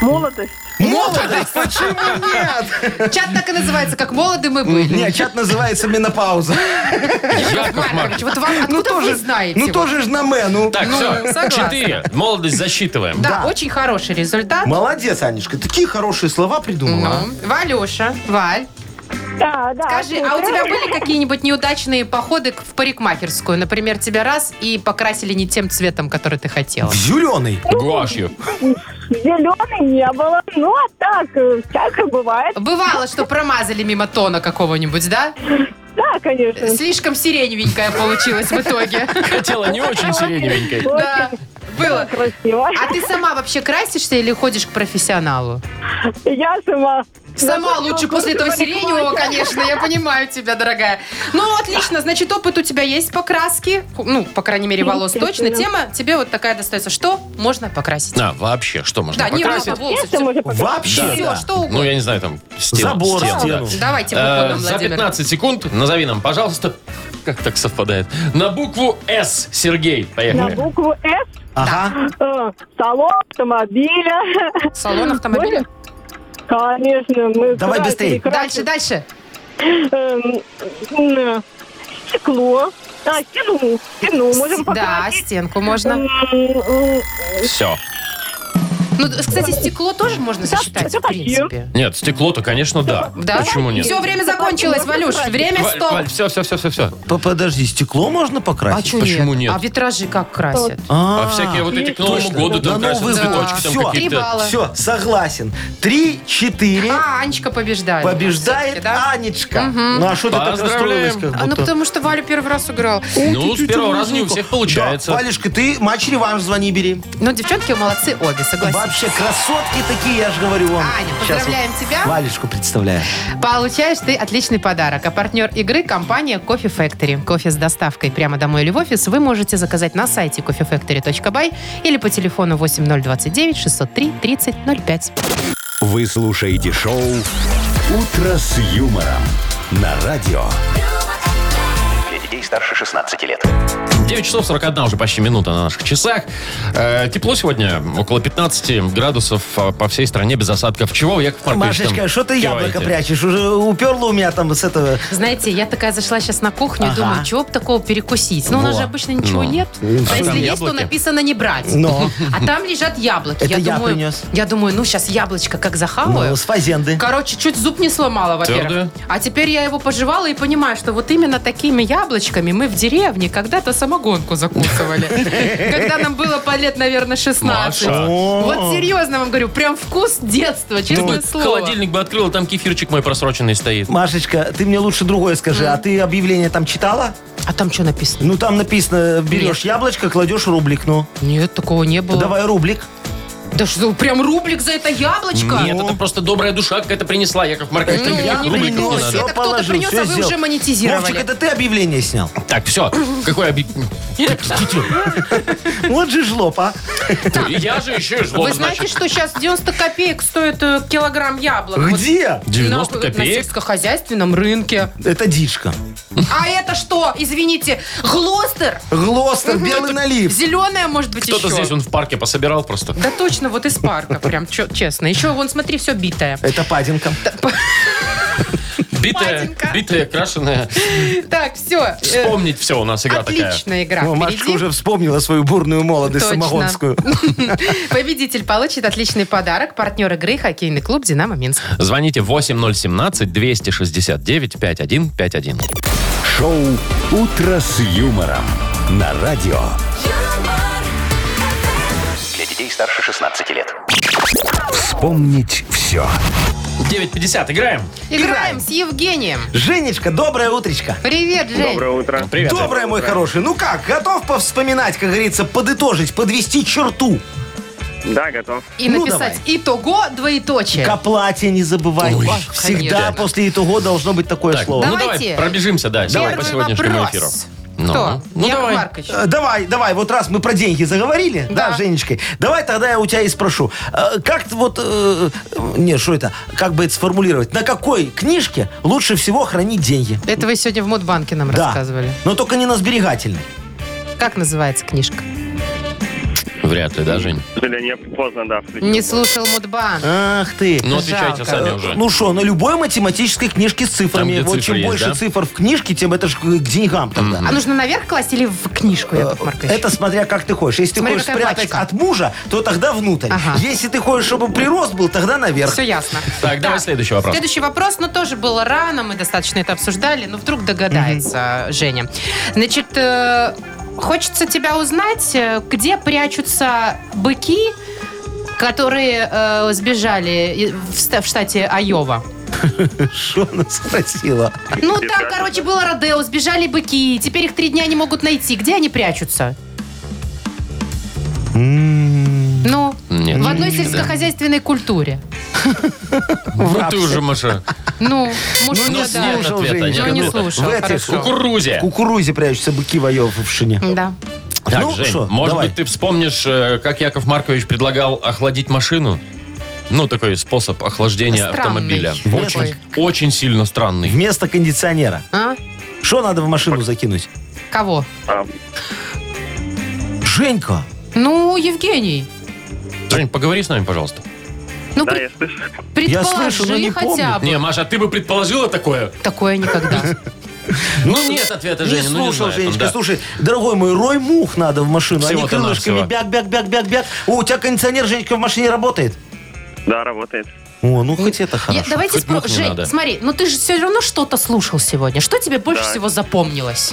E: молодость.
D: Молодость, почему нет?
C: Чат так и называется, как молоды мы были.
D: Нет, чат называется менопауза.
B: Яков
C: Маркович,
B: Маркович.
C: вот вам откуда вы знаете?
D: Ну
C: вот?
D: тоже ж на мэ, ну.
B: Так,
C: Ну, согласна.
B: все, четыре. Молодость засчитываем.
C: Да,
D: да.
C: очень хороший результат.
D: Молодец, Анечка, такие хорошие слова придумала. а.
C: Ну, Валюша, Валь,
E: Да, да.
C: скажи, а у тебя были какие-нибудь неудачные походы к- в парикмахерскую? Например, тебя раз и покрасили не тем цветом, который ты хотела.
D: а? Зеленый.
B: Гуашью.
E: Зеленой не было, ну а так, э, всякое бывает.
C: Бывало, что промазали мимо тона какого-нибудь, да?
E: Да, конечно.
C: Слишком сиреневенькая получилась в итоге.
B: Хотела не очень сиреневенькой.
C: Да, было.
E: Красиво.
C: А ты сама вообще красишься или ходишь к профессионалу?
E: Я сама.
C: Сама лучше после этого сиреневого, конечно, я понимаю тебя, дорогая. Ну, отлично, значит, опыт у тебя есть по краске, ну, по крайней мере, волос точно.
E: Естественно.
C: Тема тебе вот такая достается. Что можно покрасить?
B: А, вообще, что можно
C: Да, не
B: покрасить?
C: важно, волосы, все,
D: Вообще. да.
C: что угодно.
B: Ну, я не знаю, там, стену.
D: Забор,
B: стену, да.
D: стену.
C: Давайте,
B: Э,
C: выходим,
B: за
C: Владимир.
B: 15 секунд назови нам, пожалуйста, как так совпадает, на букву С, Сергей,
E: На
B: поехали.
E: букву С.
D: Ага.
E: э, Салон автомобиля.
C: Салон автомобиля.
E: Конечно, мы...
D: Давай быстрей.
E: красили,
C: Дальше, дальше.
E: красили. Эм, м, Стекло. А, стену. Стену можем
C: Да,
E: покрасить. Э,
C: стенку можно.
E: М, м,
B: Все.
C: Ну, кстати, стекло тоже можно сосчитать, в
E: да,
C: принципе.
B: Нет, стекло-то, конечно, да.
C: Да?
B: Почему нет?
C: Все, время закончилось, Валюш. Время стоп.
B: все, все, все, все, все.
D: П- Подожди, стекло можно
C: А
D: покрасить?
C: чё
B: Почему нет?
C: А витражи как красят?
B: А всякие вот эти к Новому
D: Точно.
B: году там
D: На
B: красят
D: Новый год.
B: цветочки, там
D: Всё.
C: Три
B: какие-то... Ну,
C: балла.
D: Все, согласен. Три, четыре.
C: А, Анечка побеждает.
D: Побеждает
C: Всё-таки, да?
D: Анечка. Ну а что ты так
B: Поздравляем.
D: расстроилась? Как
C: А, Ну,
D: будто?
C: потому что Валю первый раз играл.
B: Ну, с первого раза не у всех получается.
D: Да, Валюшка, ты матч реванш звони бери.
C: Ну, девчонки молодцы обе, согласен.
D: Вообще красотки такие, я же говорю вам.
C: Аня,
D: Сейчас
C: поздравляем
D: вот
C: тебя.
D: Валюшку представляю.
C: Получаешь ты отличный подарок. А партнер игры – компания Coffee Factory. Кофе с доставкой прямо домой или в офис вы можете заказать на сайте coffeefactory.by или по телефону 8029-603-3005.
A: Вы слушаете шоу «Утро с юмором» на радио
F: Для детей старше 16 лет.
B: 9 часов 41 уже почти минута на наших часах. Э, тепло сегодня, около 15 градусов а, по всей стране без осадков. Чего, Яков Маркович, А там
D: Машечка, что ты яблоко
B: киваете?
D: прячешь? Уже уперло у меня там с этого...
C: Знаете, я такая зашла сейчас на кухню и
D: Ага.
C: думаю, чего бы такого перекусить? Ну, у нас
D: Во.
C: же обычно ничего
B: Ну.
C: нет. А
B: там
C: если есть,
B: яблоки?
C: то написано не брать.
D: Но.
C: А там лежат яблоки.
D: Это я
C: думаю,
D: принес.
C: я думаю, ну сейчас яблочко как захаваю.
D: Ну, с фазенды.
C: Короче, чуть зуб не сломала, во-первых.
B: Твердое?
C: А теперь я его пожевала и понимаю, что вот именно такими яблочками мы в деревне когда-то самогонку закусывали. Когда нам было по лет, наверное, 16.
B: Маша.
C: Вот серьезно вам говорю, прям вкус детства, честное слово.
B: Холодильник бы открыл, а там кефирчик мой просроченный стоит.
D: Машечка, ты мне лучше другое скажи. А ты объявление там читала?
C: А там что написано?
D: Ну, там написано, берешь яблочко, кладешь рублик. Ну,
C: Нет, такого не было.
D: давай рублик.
C: Да что, прям рублик за это яблочко?
B: Нет,
D: ну.
B: это просто добрая душа какая-то принесла, Яков Маркович.
C: Ну,
B: Таких
C: я
B: рубликов не
C: принес.
B: надо.
C: Это кто-то принес, а вы
D: всё
C: уже
D: сделал.
C: монетизировали.
D: Вовчик, это ты объявление снял?
B: Так, все. Какой обид...
D: Вот же жлоб, а.
B: Я же еще и жлоб,
C: Вы знаете,
B: значит.
C: что сейчас 90 копеек стоит э, килограмм яблок? Вот
D: Где?
B: 90
C: на- На
B: копеек?
C: сельскохозяйственном рынке.
D: Это дичка.
C: А это что? Извините, глостер?
D: Глостер, белый налив.
C: Зеленая, может быть,
B: Кто-то
C: еще?
B: здесь он в парке пособирал просто.
C: Да точно, вот из парка, прям чё- честно. Еще, вон, смотри, все битое.
D: Это падинка.
B: Битая,
C: Патенька.
B: битая, крашеная.
C: Так, все.
B: Вспомнить все, у нас игра такая.
C: Отличная игра.
D: О, Машка
C: Впереди.
D: уже вспомнила свою бурную молодость
C: Точно.
D: самогонскую.
C: Победитель получит отличный подарок. Партнер игры хоккейный клуб «Динамо Минск».
B: Звоните 8017-269-5151.
A: Шоу «Утро с юмором» на радио.
F: Для детей старше 16 лет.
A: Вспомнить все.
B: 9.50, играем?
C: Играем с Евгением.
D: Женечка, доброе утречко.
C: Привет, Жень.
G: утро.
B: Привет.
D: Доброе, мой хороший. Ну как, готов повспоминать, как говорится, подытожить, подвести черту?
G: Да, готов.
C: И
D: Ну,
C: написать «Итого двоеточие».
D: К оплате не забывай.
B: Ой,
D: Ах, Всегда
C: Э. конечно.
D: после итого должно быть такое
B: Так,
D: слово.
B: ну
C: Давайте.
B: давай пробежимся, да,
C: Первый
B: по сегодняшнему
C: вопрос.
B: эфиру. Ну,
C: Кто?
B: ну
C: Яков
B: давай.
C: Маркович.
D: Э, Давай, давай, вот раз мы про деньги заговорили, да,
C: Да.
D: Женечкой, давай тогда я у тебя и спрошу. Э, Как ты вот, э, э, не, что это, как бы это сформулировать, на какой книжке лучше всего хранить деньги?
C: Это вы сегодня в Мудбанке нам
D: Да.
C: рассказывали.
D: Но только не на сберегательной.
C: Как называется книжка?
B: Вряд ли, да, Жень?
G: Или не поздно, да, включил.
C: Не слушал А Мудбан.
D: Ах ты.
B: Ну, отвечайте
C: Жалко.
B: сами уже.
D: Ну что, на любой математической книжке с
B: Там,
D: цифрами.
B: где
D: вот
B: цифры
D: чем
B: есть,
D: больше
B: да?
D: цифр в книжке, тем это же к к деньгам тогда. Э,
C: А нужно наверх класть или в книжку, Яков Маркович?
D: Это смотря как ты хочешь. Если
C: А Смотря
D: ты хочешь
C: какая
D: спрятать
C: пачка.
D: от мужа, то тогда внутрь.
C: Ага.
D: Если ты хочешь, чтобы прирост был, тогда наверх.
C: Все ясно.
B: Так, давай следующий вопрос.
C: Следующий вопрос, но тоже было рано, мы достаточно это обсуждали, но вдруг догадается Женя. Значит, э, хочется тебя узнать, э, где прячутся быки, которые э, сбежали и- в ста- в штате Айова.
D: Что она спросила?
C: Ну, там, короче, было Родео, сбежали быки, теперь их три дня не могут найти. Где они прячутся? Ну,
B: Нет.
C: в одной
B: Да.
C: сельскохозяйственной культуре.
B: Ну ты уже, Маша.
C: Ну, может,
D: Ну, не
C: да, да.
B: Нет
D: слушал,
B: ответа,
D: Женечка,
B: нет
C: ну, не
B: ответа.
C: слушал,
D: В этой
C: хорошо.
B: Кукурузе.
D: кукурузе прячутся быки воевавшине.
C: Да.
B: Так,
D: Ну,
B: Жень,
D: шо,
B: может
D: давай.
B: быть, ты вспомнишь, э, как Яков Маркович предлагал охладить машину? Ну, такой способ охлаждения
C: Странный.
B: автомобиля.
C: Какой?
B: Очень, очень сильно странный.
D: Вместо кондиционера.
C: А?
D: Что надо в машину закинуть?
C: Кого?
D: Женька,
C: Ну, Евгений.
B: Жень, поговори с нами, пожалуйста.
C: Ну,
G: Да,
C: пред-
G: я слышу.
D: Я
C: предположи
D: слышу, но не
C: хотя бы.
B: Не, Маша, а ты бы предположила такое?
C: Такое никогда.
B: Ну, нет ответа,
D: не
B: Женя, ну не
D: слушал,
B: знает он,
D: Женечка,
B: да.
D: слушай, дорогой мой, рой мух надо в машину. Они
B: Всего-то
D: крылышками
B: навсего.
D: бяк-бяк-бяк-бяк-бяк. О, у тебя кондиционер, Женечка, в машине работает?
G: Да, работает.
D: О, ну хоть это
C: Я-
D: хорошо.
C: давайте
B: Хоть
C: спро...
B: мух не
C: Жень,
B: надо.
C: смотри, ну ты же все равно что-то слушал сегодня. Что тебе больше
G: Да.
C: всего запомнилось?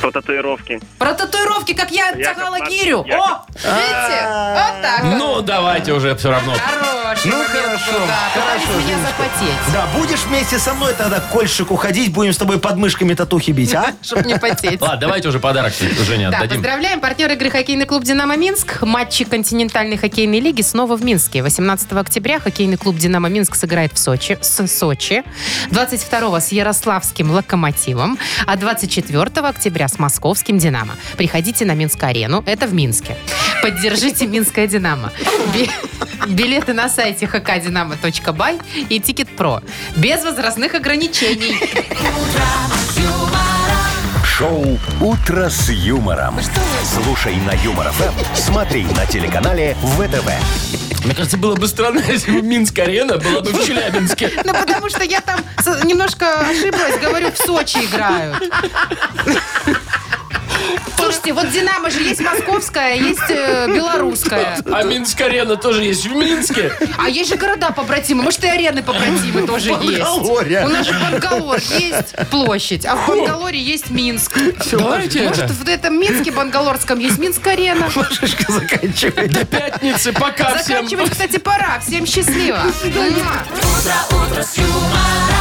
G: По татуировке.
C: Про татуировки, как я
G: Яков
C: тягала
G: Маркович,
C: гирю. О,
G: Яков-
C: видите?
D: А.
C: Вот так вот.
B: Ну, давайте уже все равно.
C: Хороший
D: Ну,
C: момент был,
D: хорошо,
C: да. Пытались
D: хорошо,
C: меня
D: Женечка.
C: запотеть.
D: Да, будешь вместе со мной тогда к кольщику ходить, будем с тобой подмышками татухи бить, а?
C: Чтоб не потеть.
B: Ладно, давайте уже подарок Жене
C: Да,
B: отдадим.
C: поздравляем. Партнер игры хоккейный клуб «Динамо Минск». Матчи континентальной хоккейной лиги снова в Минске. 18 октября хоккейный клуб «Динамо Минск» сыграет в Сочи, с Сочи. 22 с Ярославским «Локомотивом», а 24 октября с московским «Динамо». Приходите на Минск-арену, это в Минске. Поддержите «Минское Динамо». Би- Билеты на сайте hkdinamo.by и «Тикет.Про». Без возрастных ограничений.
A: Шоу «Утро с юмором». Слушай на Юмор ФМ, смотри на телеканале ВТВ.
B: Мне кажется, было бы странно, если бы Минск-арена была бы в Челябинске.
C: Ну, потому что я там с- немножко ошиблась, говорю, в Сочи играют. Слушайте, вот «Динамо» же есть московская, есть э, белорусская.
B: А Минск-арена тоже есть в Минске.
C: А есть же города побратимы. Может, и арены побратимы тоже есть.
D: Подголорье.
C: У нас же Бангалор есть площадь, а в Бангалоре есть Минск.
B: Давайте
C: Может,
B: это.
C: в этом Минске Бангалорском есть Минск-арена.
D: Машечка, заканчивай.
B: До пятницы, пока всем.
C: Заканчивать, кстати, пора. Всем счастливо. Муа.
J: Утро, утро с юмором.